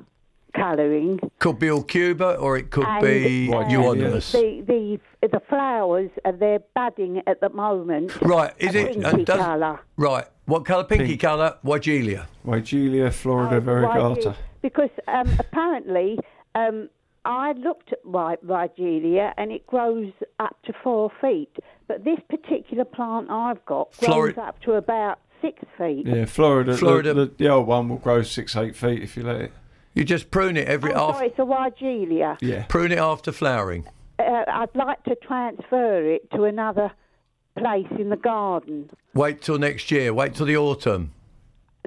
Speaker 4: colouring.
Speaker 2: Could be all Cuba, or it could
Speaker 4: And,
Speaker 2: be
Speaker 4: uh,
Speaker 2: euonymus.
Speaker 4: The, the the flowers are they're budding at the moment.
Speaker 2: Right, is
Speaker 4: a
Speaker 2: it- and
Speaker 4: pinky
Speaker 2: does-
Speaker 4: colour?
Speaker 2: Right. What colour? Pinky colour. Wygelia.
Speaker 3: Wygelia Florida
Speaker 4: Why do- Because um, apparently, um, I looked at wy- Wygelia and it grows up to four feet. But this particular plant I've got grows
Speaker 3: Flori-
Speaker 4: up to about six feet.
Speaker 3: Yeah, Florida. Florida.
Speaker 2: Florida-
Speaker 3: The, the old one will grow six, eight feet if you let it.
Speaker 2: You just prune it every
Speaker 4: Oh,
Speaker 2: after.
Speaker 4: sorry, it's a Wygelia.
Speaker 3: Yeah.
Speaker 2: Prune it after flowering.
Speaker 4: Uh, I'd like to transfer it to another place in the garden
Speaker 2: Wait till next year. Wait till the autumn.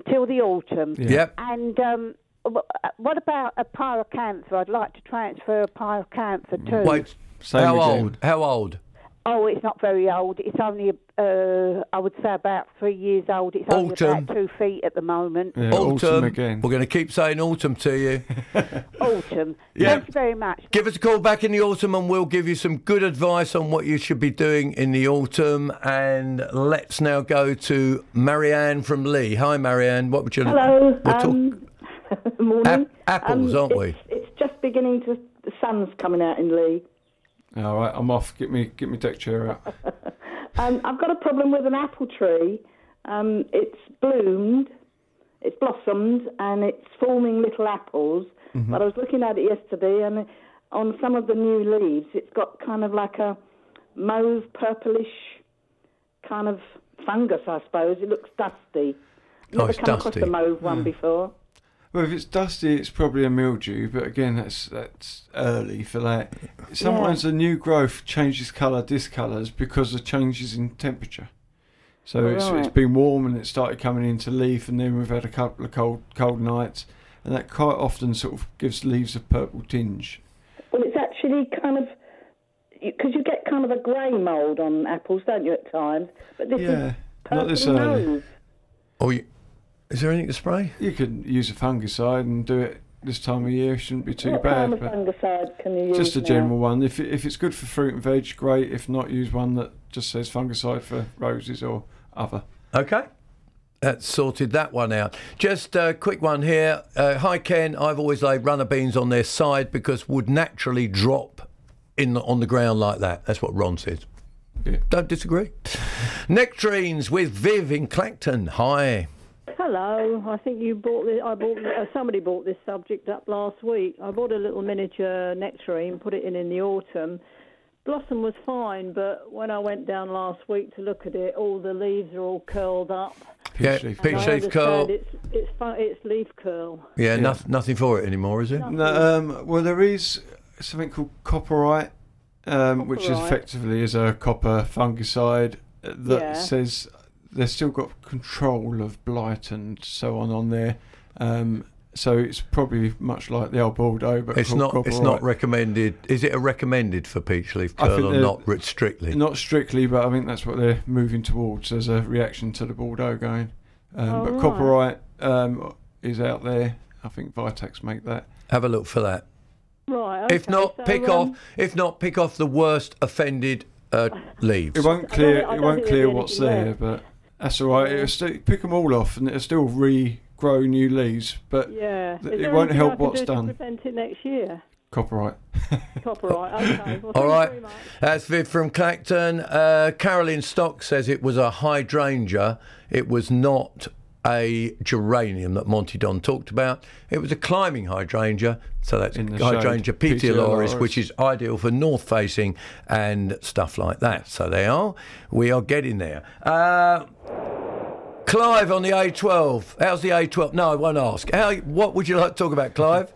Speaker 4: till the autumn.
Speaker 2: Yeah. Yep.
Speaker 4: And um, wh- what about a pyracantha? I'd like to transfer a pyracantha too.
Speaker 2: Wait. how old? How old?
Speaker 4: Oh, it's not very old. It's only, uh, I would say, about three years old. It's only
Speaker 2: Autumn.
Speaker 4: about two feet at the moment.
Speaker 2: again. We're going to keep saying autumn to you.
Speaker 4: Autumn.
Speaker 2: Yeah.
Speaker 4: Thank you very much.
Speaker 2: Give us a call back in the autumn and we'll give you some good advice on what you should be doing in the autumn. And let's now go to Marianne from Lee. Hi, Marianne. What would you
Speaker 23: Hello.
Speaker 2: We're
Speaker 23: um, morning.
Speaker 2: Ap- apples,
Speaker 23: Um,
Speaker 2: aren't
Speaker 23: it's,
Speaker 2: we?
Speaker 23: It's just beginning to. The sun's coming out in Lee.
Speaker 3: All right, I'm off. Get me, get me deck chair out.
Speaker 23: Um, I've got a problem with an apple tree. Um, it's bloomed, it's blossomed, and it's forming little apples.
Speaker 3: Mm-hmm.
Speaker 5: Mm-hmm.
Speaker 24: Mhm.
Speaker 23: But I was looking at it yesterday, and on some of the new leaves, it's got kind of like a mauve, purplish kind of fungus. I suppose it looks dusty.
Speaker 3: Oh,
Speaker 23: Never
Speaker 3: it's
Speaker 23: come across
Speaker 3: dusty.
Speaker 23: a mauve one
Speaker 3: Mm.
Speaker 23: before.
Speaker 3: Well, if it's dusty, it's probably a mildew, but again, that's that's early for that. Sometimes the new growth changes colour, discolours because of changes in temperature. So it's it's
Speaker 24: Right.
Speaker 3: been warm and it started coming into leaf, and then we've had a couple of cold cold nights, and that quite often sort of gives leaves a purple tinge.
Speaker 23: Well, it's actually kind of because you get kind of a grey mould on apples, don't you, at times? But this
Speaker 3: Yeah,
Speaker 23: is
Speaker 3: not this
Speaker 23: purple
Speaker 3: early.
Speaker 23: mauve.
Speaker 2: Oh, you, is there anything to spray?
Speaker 3: You could use a fungicide and do it this time of year. It shouldn't be too
Speaker 23: what
Speaker 3: bad.
Speaker 23: kind of
Speaker 3: but-
Speaker 23: fungicide can you use?
Speaker 3: Just a
Speaker 23: now?
Speaker 3: general one. If it- if it's good for fruit and veg, great. If not, use one that just says fungicide for roses or other.
Speaker 2: Okay. That's sorted that one out. Just a quick one here. Uh, hi, Ken. I've always laid runner beans on their side because would naturally drop in the, on the ground like that. That's what Ron says. Don't disagree. Nectarines with Viv in Clacton. Hi.
Speaker 25: Hello. I think you bought this. I bought. Uh, somebody bought this subject up last week. I bought a little miniature nectarine, put it in in the autumn. Blossom was fine, but when I went down last week to look at it, all the leaves are all curled up.
Speaker 2: yeah,
Speaker 25: And I
Speaker 2: peach leaf
Speaker 25: understand
Speaker 2: curl.
Speaker 25: It's it's fun, it's leaf curl.
Speaker 2: Yeah, noth- nothing for it anymore, is it?
Speaker 3: No, um, well, there is something called copperite, um, which is
Speaker 25: Copperite.
Speaker 3: effectively is a copper fungicide uh, that
Speaker 25: Yeah.
Speaker 3: says they've still got control of blight and so on on there. Um, so it's probably much like the old Bordeaux, but
Speaker 2: It's
Speaker 3: called
Speaker 2: not. It's
Speaker 3: copperite.
Speaker 2: not recommended. Is it a recommended for peach leaf
Speaker 3: I
Speaker 2: curl
Speaker 3: think
Speaker 2: or
Speaker 3: they're-
Speaker 2: not? ri- Strictly.
Speaker 3: Not strictly, but I think that's what they're moving towards as a reaction to the Bordeaux going. Um,
Speaker 2: Oh,
Speaker 3: but
Speaker 2: right.
Speaker 3: copperite um, is out there. I think Vitex make that.
Speaker 2: Have a look for that.
Speaker 25: Right.
Speaker 18: um,
Speaker 2: um, if not, pick off. If not, pick off the worst offended uh, leaves.
Speaker 3: It won't clear.
Speaker 2: I
Speaker 3: It
Speaker 2: don't
Speaker 3: won't
Speaker 2: think
Speaker 3: clear
Speaker 2: there'll be
Speaker 3: what's
Speaker 2: anything
Speaker 3: there, but that's all right. It'll still, pick them all off, and it'll still regrow new leaves. But
Speaker 5: Yeah.
Speaker 3: th-
Speaker 5: Is
Speaker 3: it
Speaker 5: there anything
Speaker 3: won't
Speaker 5: I
Speaker 3: help
Speaker 5: can
Speaker 3: what's
Speaker 5: do to
Speaker 3: done.
Speaker 5: Prevent it next year.
Speaker 3: Copyright.
Speaker 5: Copyright. Okay. Well,
Speaker 2: All right, that's Viv from Clacton. Uh, Carolyn Stock says it was a hydrangea. It was not a geranium that Monty Don talked about. It was a climbing hydrangea, so that's
Speaker 3: the
Speaker 2: hydrangea
Speaker 3: shade, Petioloris.
Speaker 2: petioloris, which is ideal for north facing and stuff like that. So they are. We are getting there. Uh, Clive on the A12. How's the A12? No, I won't ask. How? What would you like to talk about, Clive?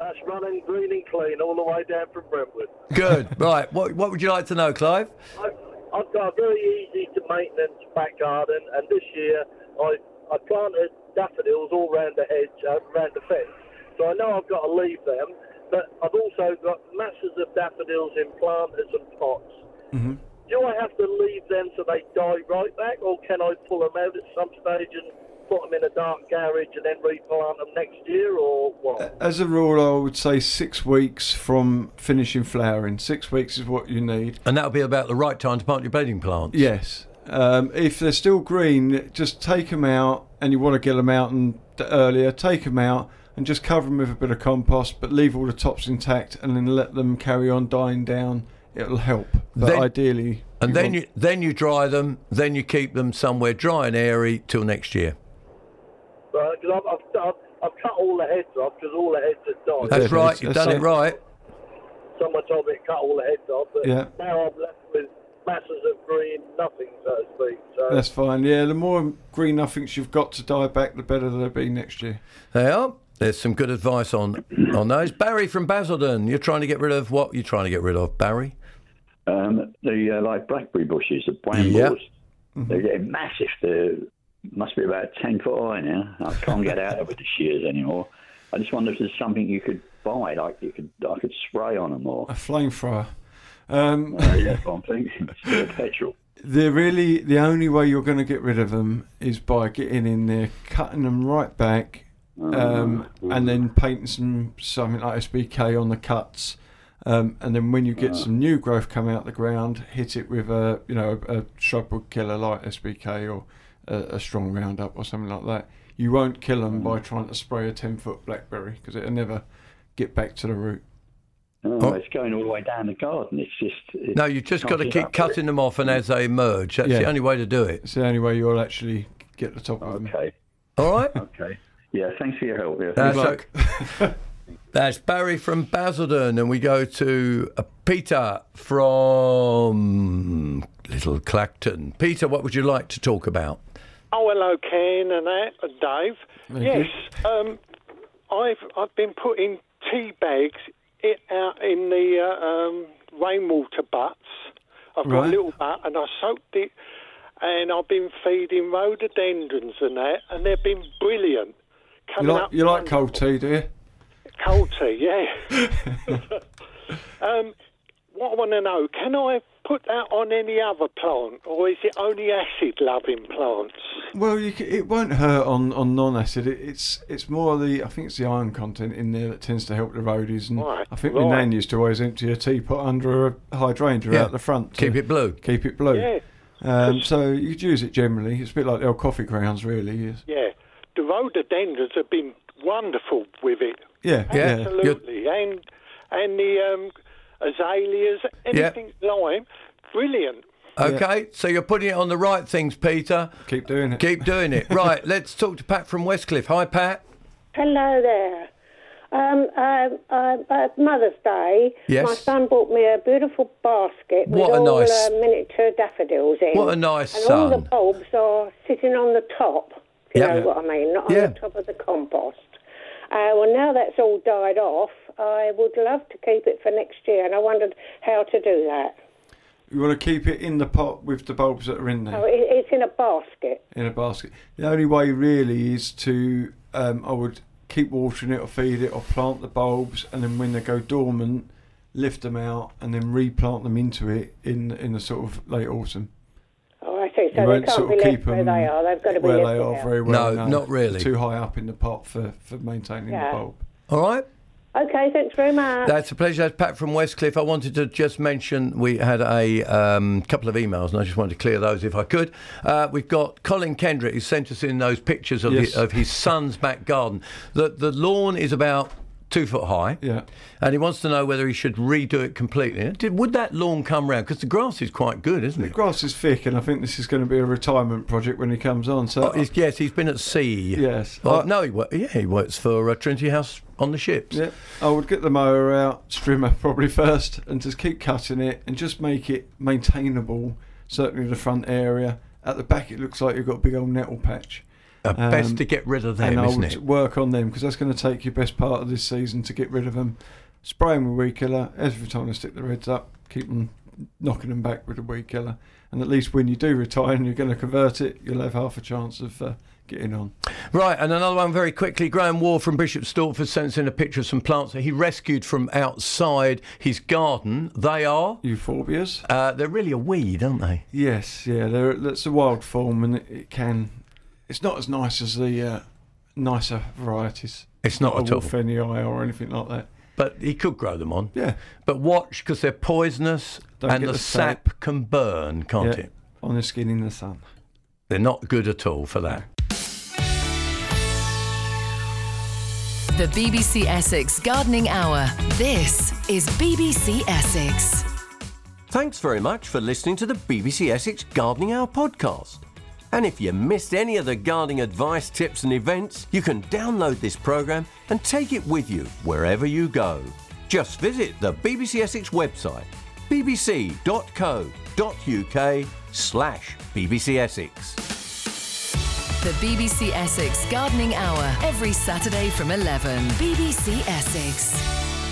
Speaker 6: That's running green and clean all the way down from Brentwood.
Speaker 2: Good. right. What, what would you like to know, Clive?
Speaker 6: I've, I've got a very easy to maintenance back garden, and this year I I planted daffodils all round the hedge, uh, round the fence. So I know I've got to leave them, but I've also got masses of daffodils in planters and pots.
Speaker 3: Mhm.
Speaker 6: Do I have to leave them so they die right back, or can I pull them out at some stage and put them in a dark garage and then replant them next year, or what?
Speaker 3: As a rule, I would say six weeks from finishing flowering. Six weeks is what you need.
Speaker 2: And that'll be about the right time to plant your bedding plants.
Speaker 3: Yes. Um, if they're still green, just take them out, and you want to get them out and d- earlier. Take them out and just cover them with a bit of compost, but leave all the tops intact, and then let them carry on dying down. It'll help. But
Speaker 2: Then-
Speaker 3: ideally,
Speaker 2: And then
Speaker 3: want-
Speaker 2: you then you dry them, then you keep them somewhere dry and airy till next year.
Speaker 6: Right, because I've, I've, I've, I've cut all the heads off because all the heads had died.
Speaker 2: That's right, you've done it right.
Speaker 6: Someone told me to cut all the heads off, but
Speaker 3: Yeah.
Speaker 6: now I'm left with masses of green nothing, so to speak. So
Speaker 3: That's fine. Yeah, the more green nothings you've got to die back, the better they'll be next year.
Speaker 2: They are. There's some good advice on on those. Barry from Basildon, you're trying to get rid of what you're trying to get rid of, Barry.
Speaker 26: Um, the uh, like blackberry bushes, the brambles,
Speaker 2: Mm-hmm.
Speaker 26: they're getting massive. They must be about ten foot high now. I can't get out of it with the shears anymore. I just wonder if there's something you could buy, like you could, I could spray on them or.
Speaker 3: A flamethrower. Um,
Speaker 26: Uh, yeah, that's what I'm thinking. Instead of petrol.
Speaker 3: they're really the only way you're going to get rid of them is by getting in there, cutting them right back, um, and then painting some something like SBK on the cuts. Um, and then when you get
Speaker 26: Ah.
Speaker 3: some new growth come out the ground, hit it with a you know a shrubwood killer like SBK or a, a strong Roundup or something like that. You won't kill them by trying to spray a ten foot blackberry because it'll never get back to the root.
Speaker 26: Oh, It's going all the way down the garden. It's just. It
Speaker 2: No, you've just got to
Speaker 26: can't
Speaker 2: keep
Speaker 26: up with it.
Speaker 2: cutting them off and as they emerge. That's the
Speaker 26: Yeah.
Speaker 2: only way to do it.
Speaker 3: It's the only way you'll actually get the top of them.
Speaker 26: Okay.
Speaker 2: All right.
Speaker 26: Okay. Yeah. Thanks for your help. Yeah.
Speaker 2: That's o- That's Barry from Basildon, and we go to uh, Peter from Little Clacton. Peter, what would you like to talk about?
Speaker 24: Oh, hello, Ken and that, and Dave.
Speaker 2: Thank
Speaker 24: yes, um, I've I've been putting tea bags i out in the uh, um, rainwater butts. I've got
Speaker 27: Right.
Speaker 24: a little butt, and I soaked it, and I've been feeding rhododendrons and that, and they've been brilliant.
Speaker 3: You
Speaker 24: Coming
Speaker 3: like
Speaker 24: up
Speaker 3: you like cold tea, do you?
Speaker 24: cold tea, yeah. um, what I want to know: Can I put that on any other plant, or is it only acid-loving plants?
Speaker 3: Well, you c it won't hurt on, on non-acid. It, it's it's more the I think it's the iron content in there that tends to help the roadies. And I think my
Speaker 24: right.
Speaker 3: nan used to always empty a teapot under a hydrangea
Speaker 2: Yeah,
Speaker 3: out the front. to
Speaker 2: keep it blue.
Speaker 3: Keep it blue.
Speaker 24: Yeah.
Speaker 3: Um, so you could use it generally. It's a bit like the old coffee grounds, really. Yes.
Speaker 24: Yeah, the rhododendrons have been wonderful with it.
Speaker 3: Yeah. Yeah.
Speaker 24: absolutely. And and the um, azaleas,
Speaker 2: Yeah.
Speaker 24: anything lime, brilliant.
Speaker 2: Okay, so you're putting it on the right things, Peter.
Speaker 3: Keep doing it.
Speaker 2: Keep doing it. right, let's talk to Pat from Westcliff. Hi, Pat.
Speaker 13: Hello there. Um, um, um, at Mother's Day,
Speaker 2: Yes.
Speaker 13: my son bought me a beautiful basket with
Speaker 2: What a
Speaker 13: all
Speaker 2: nice-
Speaker 13: uh, miniature daffodils in.
Speaker 2: What a nice
Speaker 13: And all the
Speaker 2: son.
Speaker 13: bulbs are sitting on the top. if You
Speaker 2: Yep.
Speaker 13: know what I mean? Not
Speaker 2: Yeah.
Speaker 13: on the top of the compost. Uh, well, now that's all died off, I would love to keep it for next year, and I wondered how to do that.
Speaker 3: You want to keep it in the pot with the bulbs that are in there.
Speaker 13: So Oh, it, it's in a basket.
Speaker 3: in a basket. The only way really is to um, I would keep watering it or feed it or plant the bulbs, and then when they go dormant, lift them out and then replant them into it in in the sort of late autumn.
Speaker 13: Oh, I see. So
Speaker 3: you
Speaker 13: they
Speaker 3: won't
Speaker 13: can't
Speaker 3: sort
Speaker 13: be
Speaker 3: of
Speaker 13: left
Speaker 3: keep
Speaker 13: where
Speaker 3: them
Speaker 13: they are. They've got to be
Speaker 3: where
Speaker 13: lifted
Speaker 3: they are
Speaker 13: out.
Speaker 3: very well.
Speaker 2: No, not really.
Speaker 3: Too high up in the pot for for maintaining
Speaker 13: Yeah.
Speaker 3: the bulb.
Speaker 2: All right.
Speaker 13: Okay, thanks very much.
Speaker 2: That's a pleasure. That's Pat from Westcliff. I wanted to just mention we had a um, couple of emails, and I just wanted to clear those if I could. Uh, we've got Colin Kendrick who sent us in those pictures of,
Speaker 3: Yes.
Speaker 2: his, of his son's back garden. The the lawn is about two foot high, yeah, and he wants to know whether he should redo it completely. Did, would that lawn come round? Because the grass is quite good, isn't it?
Speaker 3: The grass is thick, and I think this is going to be a retirement project when he comes on. So
Speaker 2: Oh, he's, yes, he's been at sea.
Speaker 3: Yes.
Speaker 2: Well, no, he wo- yeah, he works for uh, Trinity House on the ships.
Speaker 3: Yeah, I would get the mower out, trimmer probably first, and just keep cutting it and just make it maintainable, certainly the front area. At the back, it looks like you've got a big old nettle patch. Um,
Speaker 2: Uh, best to get rid of them,
Speaker 3: and I
Speaker 2: isn't
Speaker 3: would
Speaker 2: it?
Speaker 3: Work on them because that's going to take your best part of this season to get rid of them. Spray them with weed killer. Every time I stick the reds up, keep them knocking them back with a weed killer. And at least when you do retire and you're going to convert it, you'll have half a chance of uh, getting on.
Speaker 2: Right, and another one very quickly. Graham Wall from Bishop Stortford sends in a picture of some plants that he rescued from outside his garden. They are
Speaker 3: euphorbias.
Speaker 2: Uh, they're really a weed, aren't they?
Speaker 3: Yes, yeah, they're, that's a wild form, and it, it can. It's not as nice as the uh, nicer varieties.
Speaker 2: It's not
Speaker 3: a
Speaker 2: at all.
Speaker 3: Wolfenia or anything like that.
Speaker 2: But he could grow them on.
Speaker 3: Yeah.
Speaker 2: But watch because they're poisonous
Speaker 3: Don't
Speaker 2: and
Speaker 3: get
Speaker 2: the,
Speaker 3: the
Speaker 2: sap can burn, can't
Speaker 3: Yeah,
Speaker 2: it?
Speaker 3: On the skin in the sun.
Speaker 2: They're not good at all for that.
Speaker 1: The BBC Essex Gardening Hour. This is BBC Essex.
Speaker 9: Thanks very much for listening to the BBC Essex Gardening Hour podcast. And if you missed any of the gardening advice, tips, and events, you can download this programme and take it with you wherever you go. Just visit the BBC Essex website, bbc.co.uk slash BBC Essex.
Speaker 1: The BBC Essex Gardening Hour. Every Saturday from 11. BBC Essex.